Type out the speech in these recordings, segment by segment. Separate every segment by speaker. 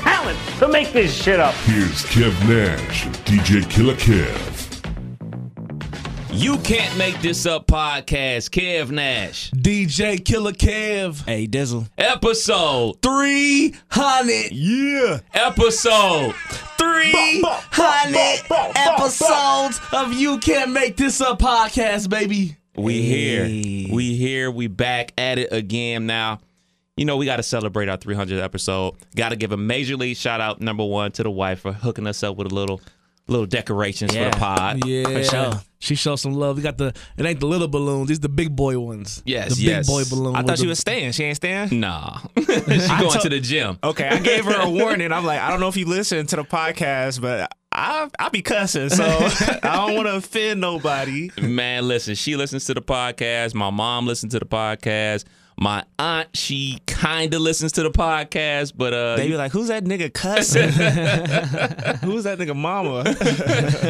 Speaker 1: talent to make this shit up.
Speaker 2: Here's Kev Nash and DJ Killer Kev.
Speaker 3: You can't make this up podcast, Kev Nash.
Speaker 4: DJ Killer Kev.
Speaker 5: Hey, Dizzle.
Speaker 3: Episode
Speaker 4: 300. Yeah.
Speaker 3: episode
Speaker 4: 300 episodes of You Can't Make This Up podcast, baby.
Speaker 3: We here. We here. We back at it again now. You know, we got to celebrate our 300th episode. Got to give a major league shout out, number one, to the wife for hooking us up with a little little decorations for
Speaker 5: Yeah.
Speaker 3: the pod.
Speaker 4: Yeah.
Speaker 5: For sure.
Speaker 4: She showed some love. We got the, it ain't the little balloons. It's the big boy ones.
Speaker 3: Yes,
Speaker 4: the
Speaker 3: yes.
Speaker 4: big boy balloon.
Speaker 5: I
Speaker 4: with
Speaker 5: thought she
Speaker 4: the-
Speaker 5: was staying. She ain't staying?
Speaker 3: Nah. She's going
Speaker 5: told-
Speaker 3: to the gym.
Speaker 5: Okay, I gave her a warning. I'm like, I don't know if you listen to the podcast, but I I be cussing, so I don't want to offend nobody.
Speaker 3: Man, listen, she listens to the podcast. My mom listens to the podcast. My aunt, she kind of listens to the podcast, but uh,
Speaker 5: They be like, who's that nigga cussing? who's that nigga mama?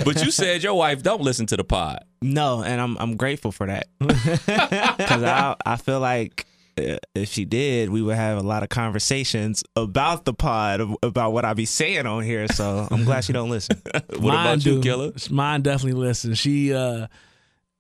Speaker 3: but you said your wife don't listen to the pod.
Speaker 5: No, and I'm I'm grateful for that because I I feel like uh, if she did, we would have a lot of conversations about the pod ab- about what I be saying on here. So I'm glad she don't listen.
Speaker 3: What about you, Killer?
Speaker 4: Mine definitely listens. She, uh,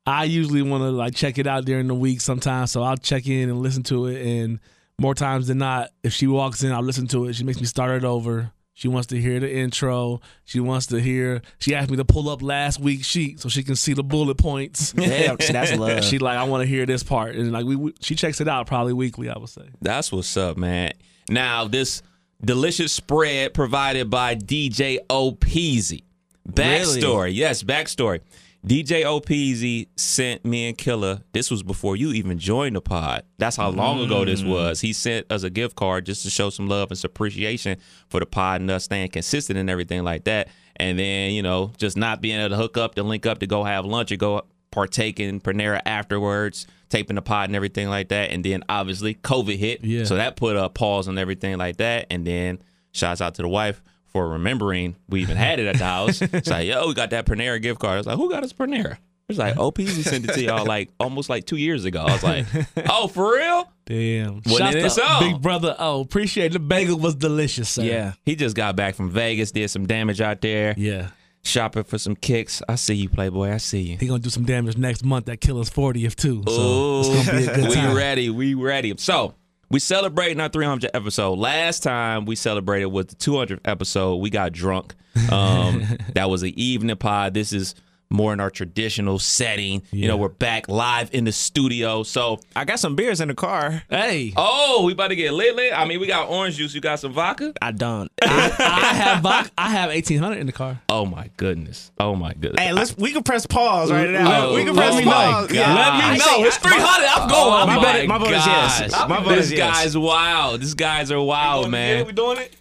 Speaker 4: I usually want to like check it out during the week sometimes, so I'll check in and listen to it. And more times than not, if she walks in, I'll listen to it. She makes me start it over. She wants to hear the intro. She wants to hear. She asked me to pull up last week's sheet so she can see the bullet points.
Speaker 5: Damn, see, that's love.
Speaker 4: she like, I want to hear this part, and like we, we, she checks it out probably weekly. I would say.
Speaker 3: That's what's up, man. Now, this delicious spread provided by DJ O'Peasy. Backstory. Yes, backstory. DJ O'Peasy sent me and Killer. This was before you even joined the pod. That's how long ago this was. He sent us a gift card just to show some love and some appreciation for the pod and us staying consistent and everything like that. And then, you know, just not being able to hook up, to link up, to go have lunch or go partake in Panera afterwards, taping the pod and everything like that. And then obviously COVID hit.
Speaker 4: Yeah.
Speaker 3: So that put a pause on everything like that. And then shouts out to the wife for remembering we even had it at the house. it's like, yo, we got that Panera gift card. I was like, who got us Panera? It's like, OPZ sent it to y'all like almost like two years ago. I was like, oh, for real?
Speaker 4: Damn.
Speaker 3: Wasn't
Speaker 4: Shouts
Speaker 3: it
Speaker 4: to
Speaker 3: its own?
Speaker 4: Big brother. Oh, appreciate it. the bagel was delicious. Sir.
Speaker 5: yeah,
Speaker 3: He just got back from Vegas, did some damage out there,
Speaker 4: Yeah.
Speaker 3: shopping for some kicks. I see you, Playboy. I see you.
Speaker 4: He gonna do some damage next month at Killer's 40th too. So it's
Speaker 3: Ooh,
Speaker 4: gonna be a good
Speaker 3: Oh. we
Speaker 4: time.
Speaker 3: ready. We ready. So we celebrating our 300 episode. Last time we celebrated was the 200th episode. We got drunk. Um, that was an evening pod. This is more in our traditional setting. You know, we're back live in the studio. So,
Speaker 5: I got some beers in the car.
Speaker 4: Hey,
Speaker 3: oh, we about to get lit lit. I mean, we got orange juice. You got some vodka.
Speaker 5: I don't.
Speaker 4: I have vodka, I have 1800 in the car.
Speaker 3: Oh my goodness. Oh my goodness.
Speaker 5: hey, let's we can press pause right now.
Speaker 3: Oh,
Speaker 5: we can
Speaker 3: oh
Speaker 5: press
Speaker 3: my
Speaker 5: pause.
Speaker 3: God. Let me
Speaker 5: I say-
Speaker 3: know. It's 300. I'm going. Oh
Speaker 5: my
Speaker 3: my
Speaker 5: vote- my vote is yes.
Speaker 3: gosh.
Speaker 5: My vote is
Speaker 3: This
Speaker 5: yes.
Speaker 3: guy's wild. These guys are wild, man.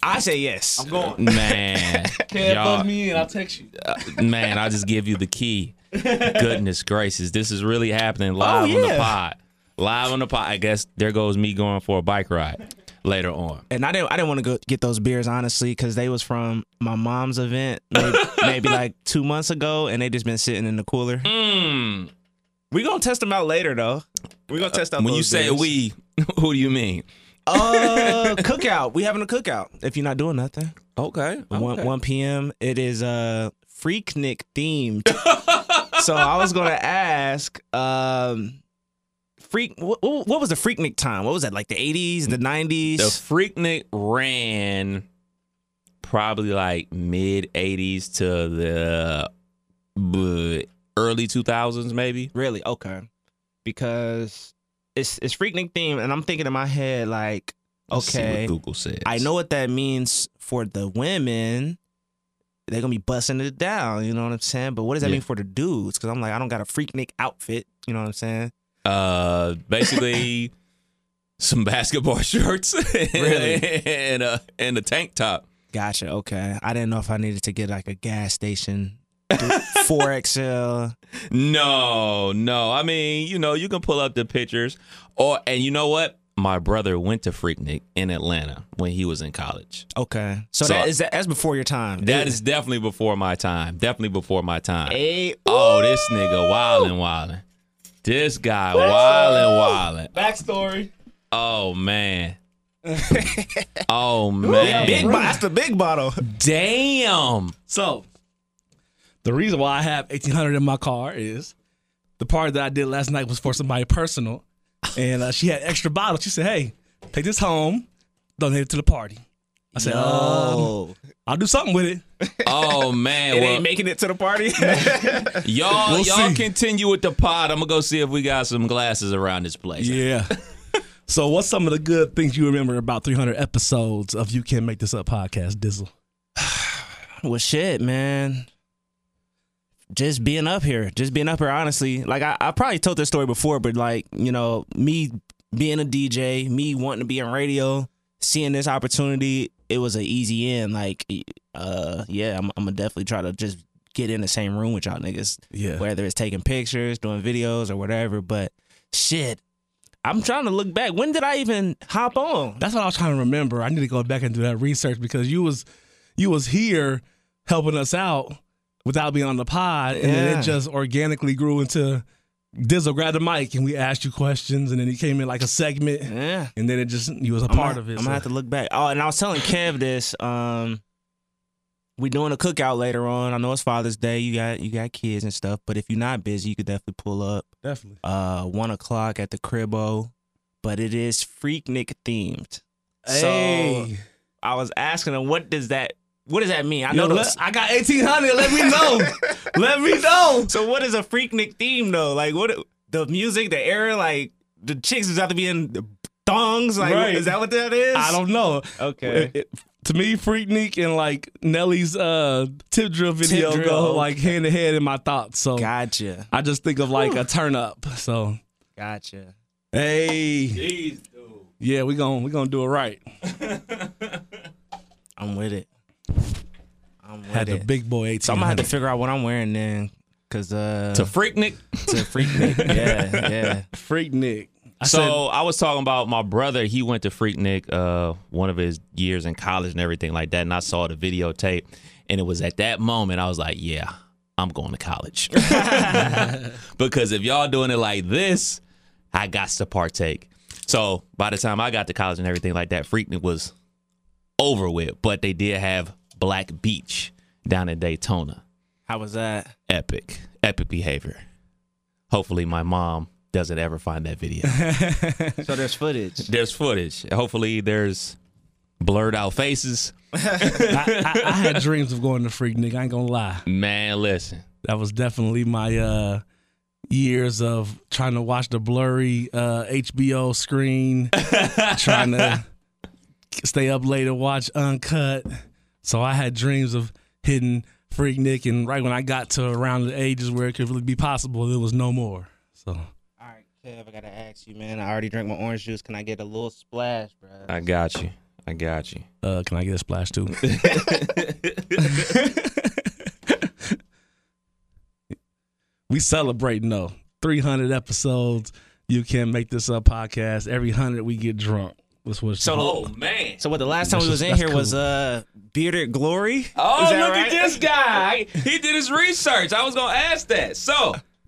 Speaker 5: I say yes. I'm going.
Speaker 3: Man, y'all,
Speaker 4: me in. I'll text you.
Speaker 3: man, I just give you the key. Goodness gracious, this is really happening live on the
Speaker 5: yeah.
Speaker 3: pod. Live on the pod. I guess there goes me going for a bike ride later on.
Speaker 5: And I didn't. I didn't want to go get those beers honestly because they was from my mom's event maybe, maybe like two months ago, and they just been sitting in the cooler.
Speaker 3: Mm.
Speaker 5: We gonna test them out later though. We gonna test out
Speaker 3: Uh, When you
Speaker 5: those
Speaker 3: say
Speaker 5: beers.
Speaker 3: we, who do you mean?
Speaker 5: Uh, cookout. We having a cookout. If you're not doing nothing,
Speaker 3: Okay.
Speaker 5: one one p.m. It is uh Freaknik themed. so I was gonna ask, um, freak. What, what was the Freaknik time? What was that? Like the eighties, the
Speaker 3: The
Speaker 5: nineties?
Speaker 3: Freaknik ran probably like mid 80s to the uh, early 2000s, maybe.
Speaker 5: really? Okay. Because it's it's Freaknik themed, and I'm thinking in my head like,
Speaker 3: Let's see what
Speaker 5: okay,
Speaker 3: Google says.
Speaker 5: I know what that means for the women. They're gonna be busting it down, you know what I'm saying? But what does that
Speaker 3: Yeah.
Speaker 5: mean for the dudes? Because I'm like, I don't got a freak Nick outfit, you know what I'm saying?
Speaker 3: Uh, basically, some basketball shorts, uh,
Speaker 5: Really?
Speaker 3: and a and a tank top.
Speaker 5: Gotcha. Okay. I didn't know if I needed to get like a gas station, four XL.
Speaker 3: No, no. I mean, you know, you can pull up the pictures. Or and you know what? My brother went to Freaknik in Atlanta when he was in college.
Speaker 5: Okay. So,
Speaker 3: So-
Speaker 5: that is that, that's before your time.
Speaker 3: That is definitely before my time. Definitely before my time.
Speaker 5: Hey,
Speaker 3: Oh, this nigga wildin' wildin'. This guy wildin' wildin'.
Speaker 5: backstory.
Speaker 3: Oh man. oh man.
Speaker 5: Big bo- that's the big bottle.
Speaker 3: Damn.
Speaker 4: So, the reason why I have 1800 in my car is the part that I did last night was for somebody personal. And uh, she had extra bottles. She said, hey, take this home, donate it to the party. I said, um,
Speaker 5: Oh,
Speaker 4: I'll do something with it.
Speaker 3: Oh man.
Speaker 5: it
Speaker 3: well,
Speaker 5: ain't making it to the party.
Speaker 3: y'all
Speaker 4: We'll
Speaker 3: y'all
Speaker 4: see.
Speaker 3: continue with the pod. I'm gonna go see if we got some glasses around this place.
Speaker 4: Yeah. so, what's some of the good things you remember about 300 episodes of You Can't Make This Up podcast, Dizzle?
Speaker 5: well, shit, man. Just being up here, just being up here. Honestly, like I, I probably told this story before, but like you know, me being a DJ, me wanting to be on radio, seeing this opportunity, it was an easy in. Like, uh, yeah, I'm, I'm gonna definitely try to just get in the same room with y'all niggas.
Speaker 4: Yeah.
Speaker 5: whether it's taking pictures, doing videos, or whatever. But shit, I'm trying to look back. When did I even hop on?
Speaker 4: That's what I was trying to remember. I need to go back and do that research because you was you was here helping us out without being on the pod, and then
Speaker 5: Yeah.
Speaker 4: it just organically grew into Dizzle grabbed the mic and we asked you questions, and then he came in like a segment,
Speaker 5: Yeah.
Speaker 4: and then it just you was a
Speaker 5: I'm
Speaker 4: part
Speaker 5: gonna-
Speaker 4: of it.
Speaker 5: I'm gonna have to look back. Oh, and I was telling Kev this. Um, we doing a cookout later on. I know it's Father's Day. You got you got kids and stuff. But if you're not busy, you could definitely pull up.
Speaker 4: definitely.
Speaker 5: Uh, one o'clock at the cribbo. But it is Freaknik themed. So
Speaker 4: Hey,
Speaker 5: I was asking him, what does that what does that mean? I
Speaker 4: yo,
Speaker 5: know
Speaker 4: let,
Speaker 5: those,
Speaker 4: I got eighteen hundred. Let me know. let me know.
Speaker 5: So what is a Freaknik theme though? Like what the music, the era, like the chicks is out to be in thongs. Like
Speaker 4: Right.
Speaker 5: is that what that is?
Speaker 4: I don't know.
Speaker 5: Okay.
Speaker 4: It- it- to me, Freaknik and like Nelly's uh, tip drill video
Speaker 5: drill,
Speaker 4: go
Speaker 5: okay.
Speaker 4: like hand in hand in my thoughts. So
Speaker 5: Gotcha.
Speaker 4: I just think of like a turn up. So
Speaker 5: Gotcha.
Speaker 4: hey, yeah, we gonna we gonna do it right.
Speaker 5: I'm with it. I'm with
Speaker 4: Had the
Speaker 5: it.
Speaker 4: big boy eighteen.
Speaker 5: so I'm gonna have to figure out what I'm wearing then. Cause uh
Speaker 3: To Freaknik.
Speaker 5: to Freaknik. yeah, yeah.
Speaker 4: freak Nick. I
Speaker 3: so I was talking about my brother. He went to Freaknik uh, one of his years in college and everything like that. And I saw the videotape, and it was at that moment I was like, "Yeah, I'm going to college," because if y'all doing it like this, I got to partake. So by the time I got to college and everything like that, Freaknik was over with. But they did have Black Beach down in Daytona
Speaker 5: How was that?
Speaker 3: epic, epic behavior. Hopefully, my mom doesn't ever find that video.
Speaker 5: So there's footage.
Speaker 3: there's footage. Hopefully, there's blurred out faces.
Speaker 4: said, I, I had dreams of going to freak Nick. I ain't gonna lie.
Speaker 3: Man, listen.
Speaker 4: That was definitely my uh, years of trying to watch the blurry uh, HBO screen, trying to stay up late to watch uncut. So I had dreams of hitting freak Nick, and right when I got to around the ages where it could really be possible, it was no more. So.
Speaker 5: All right, Kev, I gotta ask you, man. I already drank my orange juice. Can I get a little splash, bro?
Speaker 3: I got you. I got you.
Speaker 4: Uh, can I get a splash too? we celebrating though. 300 episodes. You can make this up podcast. Every 100 we get drunk. That's what
Speaker 5: So
Speaker 4: so
Speaker 3: Oh, man.
Speaker 5: So what the last time
Speaker 4: That's
Speaker 5: we was
Speaker 4: just-
Speaker 5: in
Speaker 4: that's
Speaker 5: here was
Speaker 4: cool.
Speaker 5: uh Bearded Glory.
Speaker 3: Oh,
Speaker 5: Is
Speaker 3: look
Speaker 5: that
Speaker 3: at
Speaker 5: right?
Speaker 3: this guy. He did his research. I was going to ask that. So,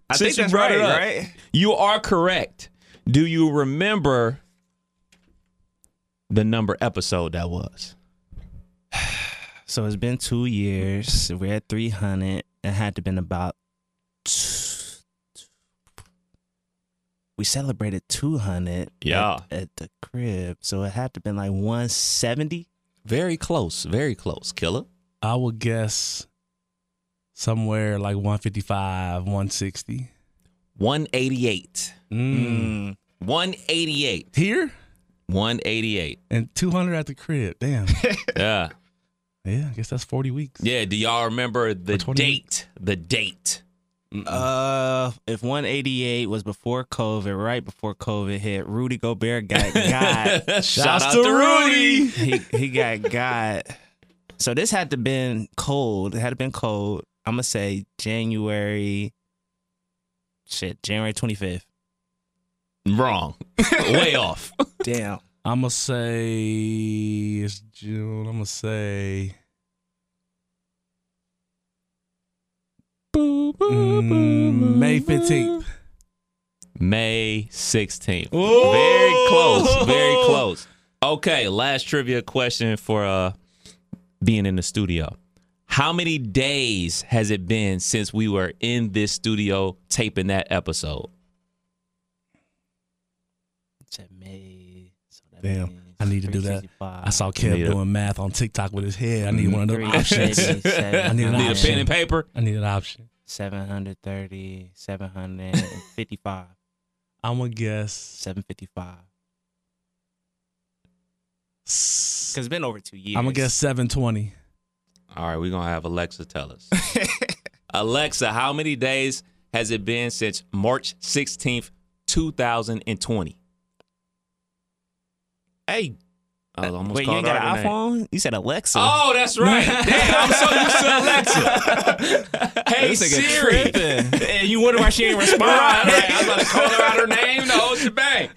Speaker 5: I think
Speaker 3: since you
Speaker 5: that's
Speaker 3: brought it
Speaker 5: right,
Speaker 3: up,
Speaker 5: right?
Speaker 3: You are correct. Do you remember the number episode that was?
Speaker 5: So it's been two years. We're at three hundred. It had to been about. We celebrated two hundred.
Speaker 3: Yeah.
Speaker 5: At, at the crib, so it had to been like one seventy.
Speaker 3: Very close. Very close, killer.
Speaker 4: I would guess somewhere like 155, 160.
Speaker 3: 188.
Speaker 4: Mm.
Speaker 3: 188.
Speaker 4: Here
Speaker 3: 188.
Speaker 4: and 200 at the crib. Damn.
Speaker 3: Yeah.
Speaker 4: yeah, I guess that's 40 weeks.
Speaker 3: Yeah. Do y'all remember the
Speaker 4: Which one is it?
Speaker 3: date? The date.
Speaker 5: Uh, if one eighty eight was before COVID, right before COVID hit, Rudy Gobert got got.
Speaker 3: Shout out to Rudy.
Speaker 5: he he got got. So this had to been cold. It had to been cold. I'm gonna say January. Shit, January 25th.
Speaker 3: Wrong. Way off.
Speaker 5: Damn.
Speaker 4: I'm gonna say it's June. I'm gonna say. Mm, May 15th.
Speaker 3: May 16th. Very close. Very close. Okay, last trivia question for uh being in the studio. How many days has it been since we were in this studio taping that episode?
Speaker 5: Said May. So that
Speaker 4: Damn,
Speaker 5: means
Speaker 4: I need to do that.
Speaker 5: 365.
Speaker 4: I saw Kev
Speaker 3: Need a-
Speaker 4: doing math on TikTok with his head. I need one of those
Speaker 5: Three,
Speaker 4: options.
Speaker 5: six,
Speaker 4: I need an
Speaker 3: Need a
Speaker 4: option.
Speaker 3: pen and paper?
Speaker 4: I need an option.
Speaker 5: 730, 755,
Speaker 4: I'm gonna guess.
Speaker 5: 755.
Speaker 4: s-
Speaker 5: Because it's been over two years.
Speaker 4: I'm gonna guess 720.
Speaker 3: All right, we're going to have Alexa tell us. Alexa, how many days has it been since March 16th, 2020?
Speaker 5: Hey,
Speaker 3: I almost
Speaker 5: wait, you
Speaker 3: called
Speaker 5: ain't got
Speaker 3: her
Speaker 5: an
Speaker 3: name.
Speaker 5: iPhone? You said Alexa.
Speaker 3: Oh, that's right. Damn, I'm so used to Alexa. Hey
Speaker 5: This nigga
Speaker 3: Siri.
Speaker 5: tripping. and you wonder why she ain't respond.
Speaker 3: Right, right. I'm about to call her out her name, the whole shebang.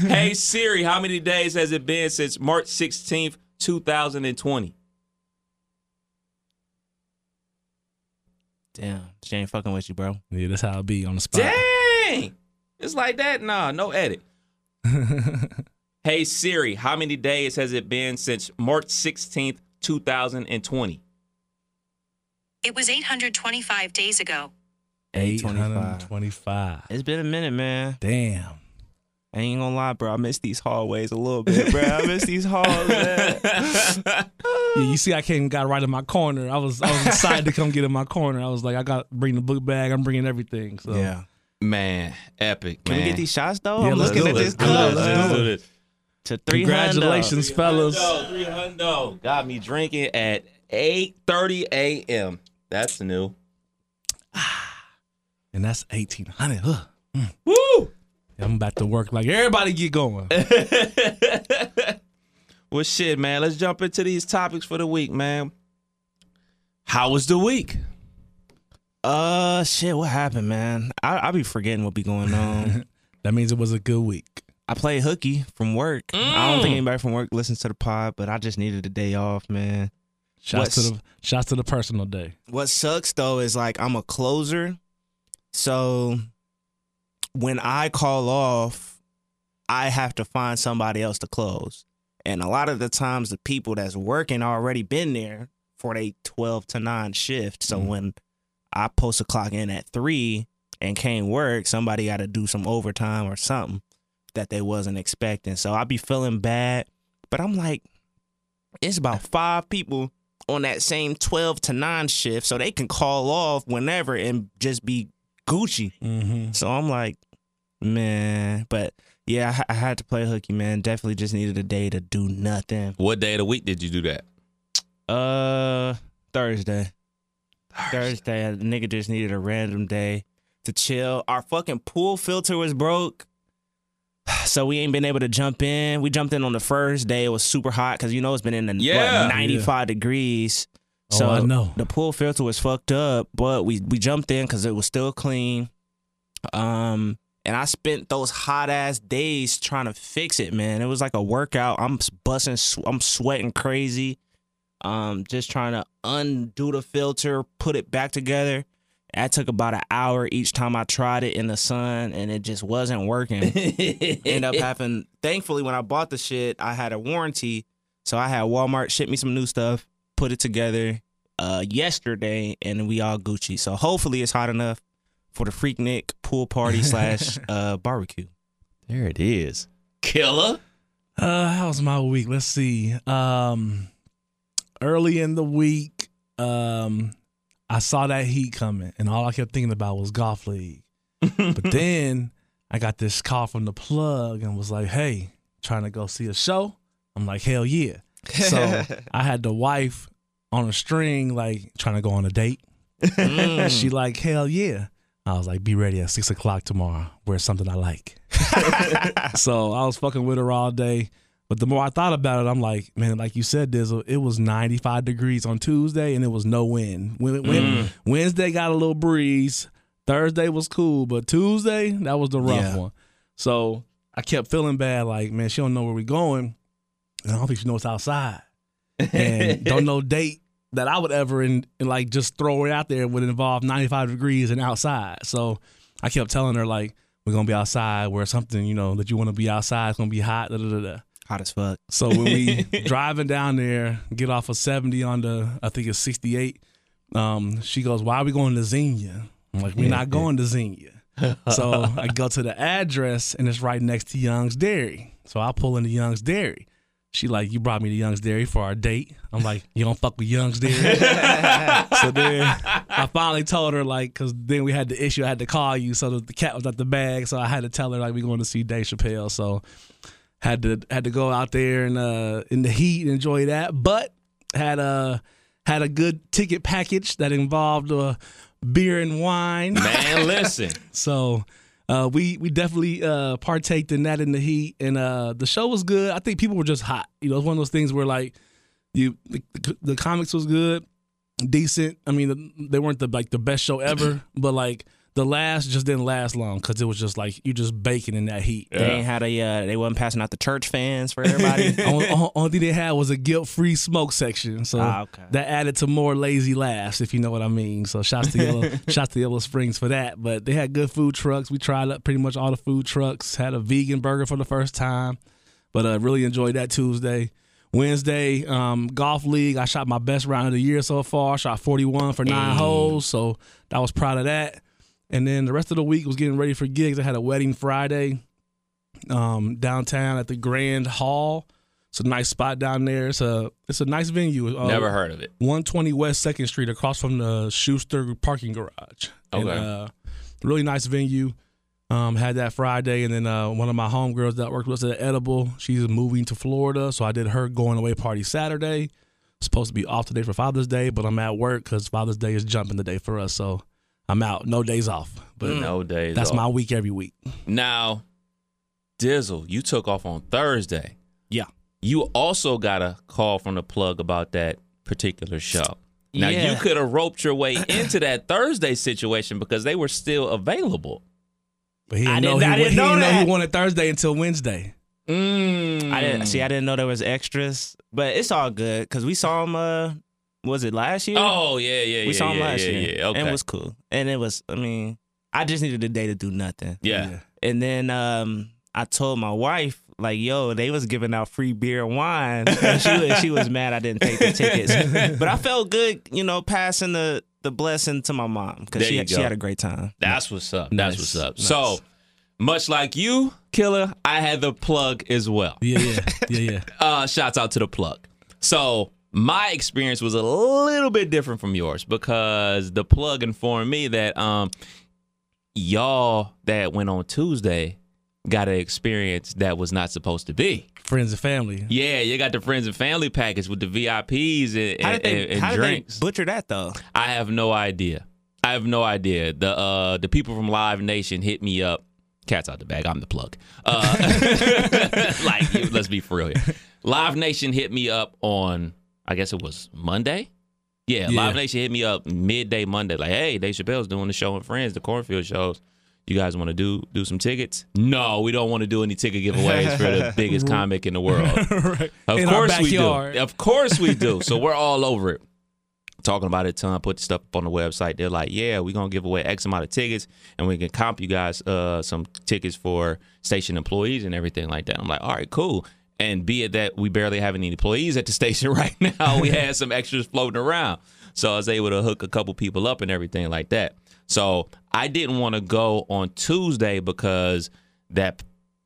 Speaker 3: Hey Siri, how many days has it been since March 16th, 2020?
Speaker 5: Damn, she ain't fucking with you, bro.
Speaker 4: Yeah, that's how it be on the spot.
Speaker 3: Dang! It's like that? Nah, no edit. hey Siri, how many days has it been since March 16th, 2020?
Speaker 6: It was 825 days ago.
Speaker 5: 825.
Speaker 4: 825.
Speaker 5: It's been a minute, man.
Speaker 4: Damn.
Speaker 5: I ain't gonna lie, bro. I miss these hallways a little bit, bro. I miss these halls. man.
Speaker 4: Yeah, you see, I came and got right in my corner. I was I was excited to come get in my corner. I was like, I got bring the book bag. I'm bringing everything. So
Speaker 5: Yeah.
Speaker 3: Man, epic.
Speaker 5: Can we get these shots though?
Speaker 4: Yeah,
Speaker 5: I'm
Speaker 4: let's
Speaker 5: looking
Speaker 4: do
Speaker 5: at
Speaker 4: it.
Speaker 5: this
Speaker 4: Let's do
Speaker 5: club.
Speaker 4: it. Let's do
Speaker 5: man.
Speaker 4: it.
Speaker 5: To 300.
Speaker 4: congratulations, fellas.
Speaker 3: Hundo, 300. Got me drinking at 8:30 a.m. That's new.
Speaker 4: And that's 1800. Ugh.
Speaker 3: Woo!
Speaker 4: Mm. I'm about to work like everybody get going.
Speaker 3: well, shit, man. Let's jump into these topics for the week, man. How was the week?
Speaker 5: Uh, shit. What happened, man? I I be forgetting what be going on.
Speaker 4: That means it was a good week.
Speaker 5: I play hooky from work. I
Speaker 3: Mm.
Speaker 5: don't think anybody from work listens to the pod, but I just needed a day off, man.
Speaker 4: Shouts
Speaker 5: What's-
Speaker 4: to the shouts to the personal day.
Speaker 5: What sucks though is like I'm a closer. So when I call off, I have to find somebody else to close. And a lot of the times the people that's working already been there for they 12 to 9 shift. So when I post a clock in at 3 and can't work, somebody got to do some overtime or something that they wasn't expecting. So I be feeling bad, but I'm like it's about 5 people on that same 12 to 9 shift so they can call off whenever and just be Gucci.
Speaker 4: Mm-hmm.
Speaker 5: So I'm like, man, but yeah, I, I had to play hooky, man. Definitely just needed a day to do nothing.
Speaker 3: What day of the week did you do that?
Speaker 5: Uh, Thursday. Thursday, a nigga just needed a random day to chill. Our fucking pool filter was broke. So we ain't been able to jump in. We jumped in on the first day. It was super hot because you know it's been in the what,
Speaker 3: Yeah.
Speaker 5: 95 degrees.
Speaker 4: Oh,
Speaker 5: So
Speaker 4: I know.
Speaker 5: the pool filter was fucked up, but we we jumped in because it was still clean. Um, and I spent those hot ass days trying to fix it, man. It was like a workout. I'm s- busting, sw- I'm sweating crazy. Um, just trying to undo the filter, put it back together. That took about an hour each time I tried it in the sun, and it just wasn't working end up having thankfully when I bought the shit, I had a warranty. So I had Walmart ship me some new stuff, put it together uh yesterday, and we all Gucci. So hopefully it's hot enough for the Freaknik pool party slash uh barbecue.
Speaker 3: there it is. Killer.
Speaker 4: Uh, how was my week? Let's see. Um, early in the week, um, I saw that heat coming, and all I kept thinking about was golf league. but then I got this call from the plug and was like, "Hey, trying to go see a show?" I'm like, "Hell yeah!" So I had the wife on a string, like trying to go on a date. She like, "Hell yeah!" I was like, "Be ready at six o'clock tomorrow. Wear something I like." so I was fucking with her all day. But the more I thought about it, I'm like, man, like you said, Dizzle, it was 95 degrees on Tuesday and it was no wind. When, when, Wednesday got a little breeze. Thursday was cool, but Tuesday, that was the rough
Speaker 5: Yeah.
Speaker 4: one. So I kept feeling bad, like, man, she don't know where we're going. And I don't think she knows it's outside. And don't know date that I would ever and, and like just throw it out there would involve 95 degrees and outside. So I kept telling her, like, we're gonna be outside where something, you know, that you wanna be outside, it's gonna be hot, da da da da.
Speaker 5: Hot as fuck.
Speaker 4: So when we driving down there, get off of 70 on the, I think it's 68. Um, she goes, "Why are we going to Xenia?" I'm like, "We're not going to Xenia." so I go to the address, and it's right next to Young's Dairy. So I pull into Young's Dairy. She like, "You brought me to Young's Dairy for our date." I'm like, "You don't fuck with Young's Dairy." so then I finally told her like, because then we had the issue. I had to call you, so that the cat was at the bag. So I had to tell her like, "We going to see Dave Chappelle." So had to had to go out there and uh in the heat and enjoy that but had a had a good ticket package that involved uh, beer and wine
Speaker 3: Man, listen.
Speaker 4: so uh we we definitely uh partaked in that in the heat and uh the show was good i think people were just hot you know it's one of those things where like you the, the comics was good decent i mean they weren't the like the best show ever but like the last just didn't last long because it was just like you just baking in that heat
Speaker 5: They ain't had a. Uh, they wasn't passing out the church fans for everybody.
Speaker 4: only, only- only thing they had was a guilt-free smoke section, so
Speaker 5: Ah, okay.
Speaker 4: that added to more lazy laughs, if you know what I mean. So shouts to Yellow, shouts to Yellow Springs for that. But they had good food trucks. We tried up pretty much all the food trucks. Had a vegan burger for the first time, but uh, really enjoyed that Tuesday. Wednesday, um, golf league. I shot my best round of the year so far. Shot 41 for nine holes, so I was proud of that. And then the rest of the week was getting ready for gigs. I had a wedding Friday um, downtown at the Grand Hall. It's a nice spot down there. It's a it's a nice venue.
Speaker 5: Oh.
Speaker 4: Uh,
Speaker 3: Never heard of it.
Speaker 4: 120 West Second Street, across from the Schuster parking garage. And,
Speaker 3: Okay.
Speaker 4: uh, really nice venue. Um, had that Friday, and then uh, one of my homegirls that worked with us at Edible, she's moving to Florida, so I did her going away party Saturday. Supposed to be off today for Father's Day, but I'm at work because Father's Day is jumping the day for us, so I'm out. No days off, but
Speaker 3: Mm. No days.
Speaker 4: that's
Speaker 3: off.
Speaker 4: my week every week.
Speaker 3: Now, Dizzle, you took off on Thursday.
Speaker 5: Yeah.
Speaker 3: You also got a call from the plug about that particular show. Now you
Speaker 5: Yeah.
Speaker 3: could have roped your way into that Thursday situation because they were still available.
Speaker 4: But he didn't
Speaker 5: I
Speaker 4: know,
Speaker 5: didn't- I
Speaker 4: he,
Speaker 5: didn't
Speaker 4: he
Speaker 5: know
Speaker 4: didn't know
Speaker 5: that.
Speaker 4: he wanted Thursday until Wednesday.
Speaker 3: Mm.
Speaker 5: I didn't see. I didn't know there was extras, but it's all good because we saw him. Uh, was it last year?
Speaker 3: Oh yeah, yeah, yeah.
Speaker 5: we saw him
Speaker 3: yeah,
Speaker 5: last
Speaker 3: yeah,
Speaker 5: year.
Speaker 3: Yeah, okay.
Speaker 5: and it was cool. And it was. I mean, I just needed a day to do nothing.
Speaker 3: yeah.
Speaker 5: And then um, I told my wife, like, yo, they was giving out free beer and wine. And she, was, she was mad I didn't take the tickets. But I felt good, you know, passing the, the blessing to my mom because
Speaker 3: There
Speaker 5: she,
Speaker 3: you
Speaker 5: she
Speaker 3: go.
Speaker 5: had a great time.
Speaker 3: That's what's up. That's
Speaker 5: Nice.
Speaker 3: what's up.
Speaker 5: Nice.
Speaker 3: So, much like you, Killer, I had the plug as well.
Speaker 4: Yeah, yeah, yeah, yeah.
Speaker 3: Uh, shouts out to the plug. So my experience was a little bit different from yours because the plug informed me that um y'all that went on Tuesday got an experience that was not supposed to be.
Speaker 4: Friends and family.
Speaker 3: Yeah, you got the friends and family package with the VIPs and,
Speaker 5: How did
Speaker 3: and-
Speaker 5: they,
Speaker 3: and
Speaker 5: how
Speaker 3: drinks.
Speaker 5: did they butcher that, though?
Speaker 3: I have no idea. I have no idea. The uh the people from Live Nation hit me up. Cats out the bag. I'm the plug. Uh, like, you- let's be for real here. Live Nation hit me up on, I guess it was Monday. Yeah,
Speaker 4: Yeah.
Speaker 3: Live Nation hit me up midday Monday. Like, hey, Dave Chappelle's doing the show in Friends, the Cornfield shows. You guys want to do do some tickets? No, we don't want to do any ticket giveaways for the biggest comic in the world.
Speaker 4: right.
Speaker 3: Of
Speaker 4: In our
Speaker 3: course we do.
Speaker 4: backyard.
Speaker 3: Of course we do. so we're all over it. Talking about it a ton, put the stuff up on the website. They're like, yeah, we're gonna give away X amount of tickets and we can comp you guys uh some tickets for station employees and everything like that. I'm like, all right, cool. And be it that we barely have any employees at the station right now. We had some extras floating around. So I was able to hook a couple people up and everything like that. So I didn't want to go on Tuesday because that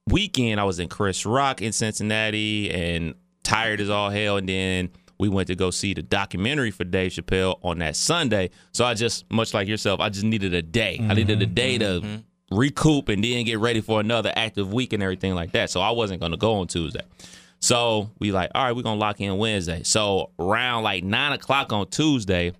Speaker 3: weekend I was in Chris Rock in Cincinnati and tired as all hell. And then we went to go see the documentary for Dave Chappelle on that Sunday. So I just, much like yourself, I just needed a day. I needed a day to recoup and then get ready for another active week and everything like that. So I wasn't going to go on Tuesday. So we like, all right, we're going to lock in Wednesday. So around like nine o'clock on Tuesday,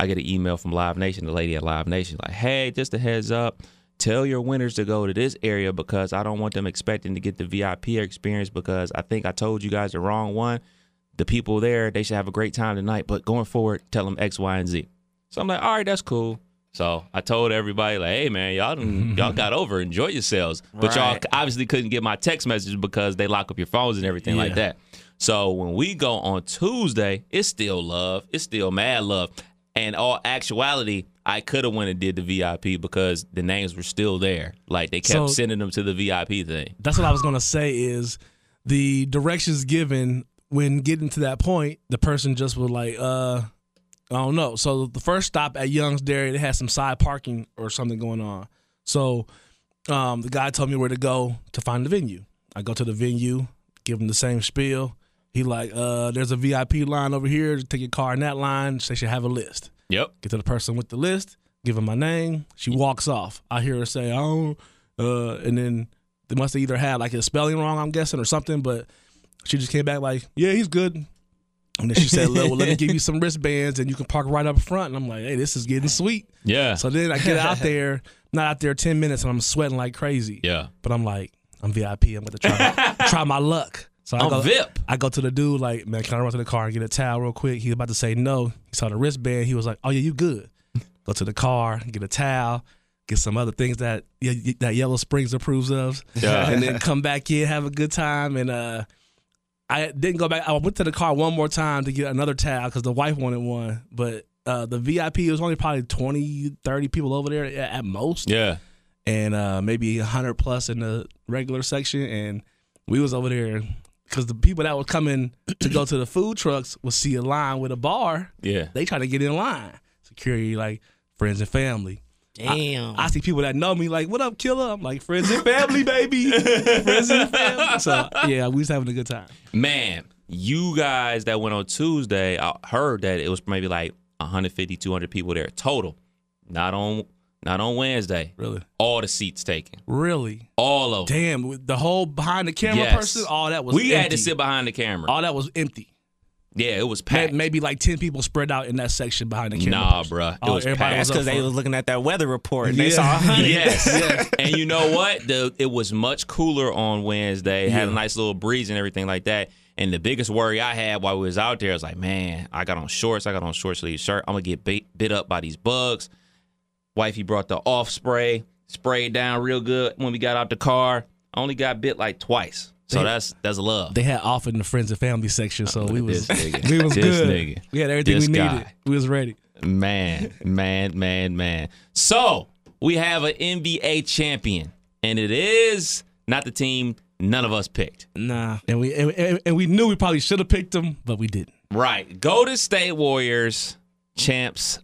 Speaker 3: I get an email from Live Nation, the lady at Live Nation, like, hey, just a heads up. tell your winners to go to this area because I don't want them expecting to get the VIP experience because I think I told you guys the wrong one. The people there, they should have a great time tonight, but going forward, tell them X, Y, and Z. So I'm like, all right, that's cool. So I told everybody, like, hey man, y'all done, y'all got over, enjoy yourselves. But y'all
Speaker 5: Right.
Speaker 3: obviously couldn't get my text messages because they lock up your phones and everything like that. So when we go on Tuesday, it's still love, it's still mad love. And all actuality, I could have went and did the VIP because the names were still there. Like they kept
Speaker 4: So-
Speaker 3: sending them to the VIP thing.
Speaker 4: That's what I was gonna say is the directions given when getting to that point, the person just was like, uh, I don't know. So the first stop at Young's Dairy, they had some side parking or something going on. So um, the guy told me where to go to find the venue. I go to the venue, give him the same spiel. He like, uh, there's a VIP line over here. Take your car in that line. They should have a list.
Speaker 3: Yep.
Speaker 4: Get to the person with the list, give him my name. She walks off. I hear her say, "Oh," uh, and then they must have either had like a spelling wrong, I'm guessing, or something. But she just came back like, "Yeah, he's good." And then she said, "Look, "Well, let me give you some wristbands, and you can park right up front." And I'm like, "Hey, this is getting sweet."
Speaker 3: Yeah.
Speaker 4: So then I get out there, not out there ten minutes, and I'm sweating like crazy.
Speaker 3: yeah.
Speaker 4: But I'm like, I'm VIP. I'm gonna try try my luck. So I
Speaker 3: I'm
Speaker 4: go,
Speaker 3: VIP.
Speaker 4: I go to the dude like, man, can I run to the car and get a towel real quick? He's about to say no. He saw the wristband. He was like, oh yeah, you good. Go to the car, get a towel, get some other things that y- y- that Yellow Springs approves of,
Speaker 3: Yeah.
Speaker 4: and then come back in, have a good time, and uh. I didn't go back. I went to the car one more time to get another towel because the wife wanted one. But uh, the VIP, it was only probably 20, 30 people over there at, at most
Speaker 3: Yeah.
Speaker 4: and uh, maybe 100 plus in the regular section and we was over there because the people that were coming to go to the food trucks would see a line with a bar
Speaker 3: Yeah.
Speaker 4: they try to get in line security like friends and family
Speaker 5: Damn.
Speaker 4: i see people that know me like what up killer i'm like friends and family baby friends and family so yeah we was having a good time
Speaker 3: Man, you guys that went on Tuesday, I heard that it was maybe like 150, 200 people there total. Not on not on Wednesday.
Speaker 4: really
Speaker 3: All the seats taken.
Speaker 4: really
Speaker 3: All of them.
Speaker 4: damn with the whole behind the camera
Speaker 3: Yes.
Speaker 4: person all that was
Speaker 3: we had to
Speaker 4: empty.
Speaker 3: sit behind the camera.
Speaker 4: all that was empty
Speaker 3: yeah, it was
Speaker 4: May-
Speaker 3: packed.
Speaker 4: maybe like 10 people spread out in that section behind the camera
Speaker 3: Nah,
Speaker 4: person.
Speaker 3: bruh. It
Speaker 4: All-
Speaker 3: was
Speaker 4: everybody
Speaker 3: packed.
Speaker 5: That's
Speaker 4: was up
Speaker 5: because they
Speaker 4: front.
Speaker 5: was looking at that weather report and they
Speaker 4: Yeah.
Speaker 5: saw 100.
Speaker 3: Yes. And you know what? The it was much cooler on Wednesday. It Had a nice little breeze and everything like that. And the biggest worry I had while we was out there, I was like, man, I got on shorts. I got on short sleeve shirt. I'm gonna get bit, bit up by these bugs. Wifey brought the off spray, sprayed down real good. When we got out the car, I only got bit like twice. So that's that's love.
Speaker 4: they had off in the friends and family section, so
Speaker 3: Look
Speaker 4: we
Speaker 3: at
Speaker 4: was
Speaker 3: this nigga.
Speaker 4: we was
Speaker 3: This
Speaker 4: good.
Speaker 3: nigga.
Speaker 4: We had everything
Speaker 3: This
Speaker 4: we needed.
Speaker 3: guy.
Speaker 4: We was ready.
Speaker 3: Man, man, man, man. So we have an NBA champion, and it is not the team none of us picked.
Speaker 5: Nah.
Speaker 4: And we and, and, and we knew we probably should have picked them, but we didn't.
Speaker 3: Right. Golden State Warriors champs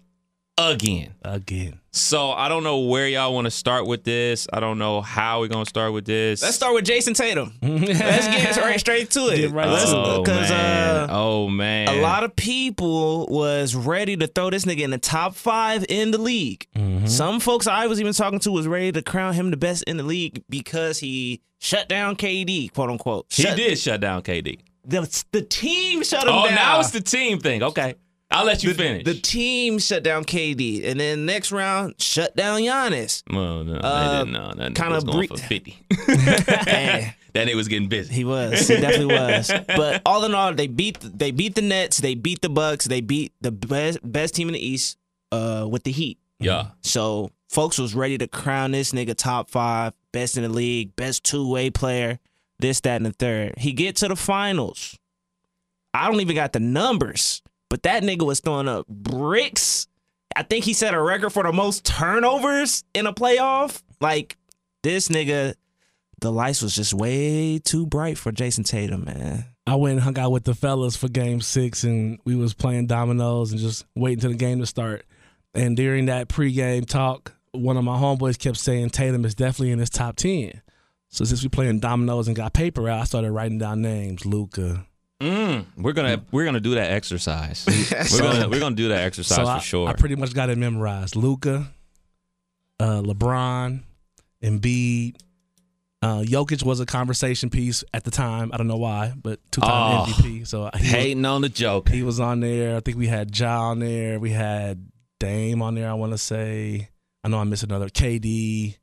Speaker 3: again.
Speaker 4: Again.
Speaker 3: So I don't know where y'all want to start with this. I don't know how we're gonna start with this.
Speaker 5: Let's start with Jason Tatum. Let's get right straight to it.
Speaker 4: Get right
Speaker 5: Let's-
Speaker 4: to it.
Speaker 3: Oh
Speaker 5: Cause,
Speaker 3: man.
Speaker 5: uh,
Speaker 3: oh man.
Speaker 5: a lot of people was ready to throw this nigga in the top five in the league.
Speaker 3: Mm-hmm.
Speaker 5: Some folks I was even talking to was ready to crown him the best in the league because he shut down KD, quote unquote.
Speaker 3: He
Speaker 5: Shut-
Speaker 3: did shut down KD.
Speaker 5: The, the team shut him
Speaker 3: Oh,
Speaker 5: down.
Speaker 3: now it's the team thing. Okay. I'll let you finish.
Speaker 5: the team shut down KD, and then next round shut down Giannis.
Speaker 3: well, Oh, no,
Speaker 5: uh,
Speaker 3: they didn't. No, that nigga
Speaker 5: kinda
Speaker 3: was going
Speaker 5: bre-
Speaker 3: for fifty.
Speaker 5: Eh.
Speaker 3: that nigga was getting busy.
Speaker 5: He was. He definitely was. But all in all, they beat they beat the Nets. They beat the Bucks. They beat the best best team in the East uh, with the Heat.
Speaker 3: Yeah.
Speaker 5: So folks was ready to crown this nigga top five, best in the league, best two way player, this, that, and the third. He get to the finals. I don't even got the numbers, but that nigga was throwing up bricks. I think he set a record for the most turnovers in a playoff. Like this nigga, the lights was just way too bright for Jason Tatum, man.
Speaker 4: I went and hung out with the fellas for game six and we was playing dominoes and just waiting till the game to start. And during that pregame talk, one of my homeboys kept saying Tatum is definitely in his top ten. So since we playing dominoes and got paper out, I started writing down names. Luca.
Speaker 3: Mm, we're gonna we're gonna do that exercise. we're gonna we're gonna do that exercise
Speaker 4: so
Speaker 3: for
Speaker 4: I,
Speaker 3: sure.
Speaker 4: I pretty much got it memorized. Luca, uh, LeBron, Embiid. Uh, Jokic was a conversation piece at the time. I don't know why, but two-time
Speaker 3: Oh,
Speaker 4: MVP. So he, was,
Speaker 3: Hating on the joke.
Speaker 4: he was on there. I think we had Ja on there. We had Dame on there. I want to say. I know I missed another. KD,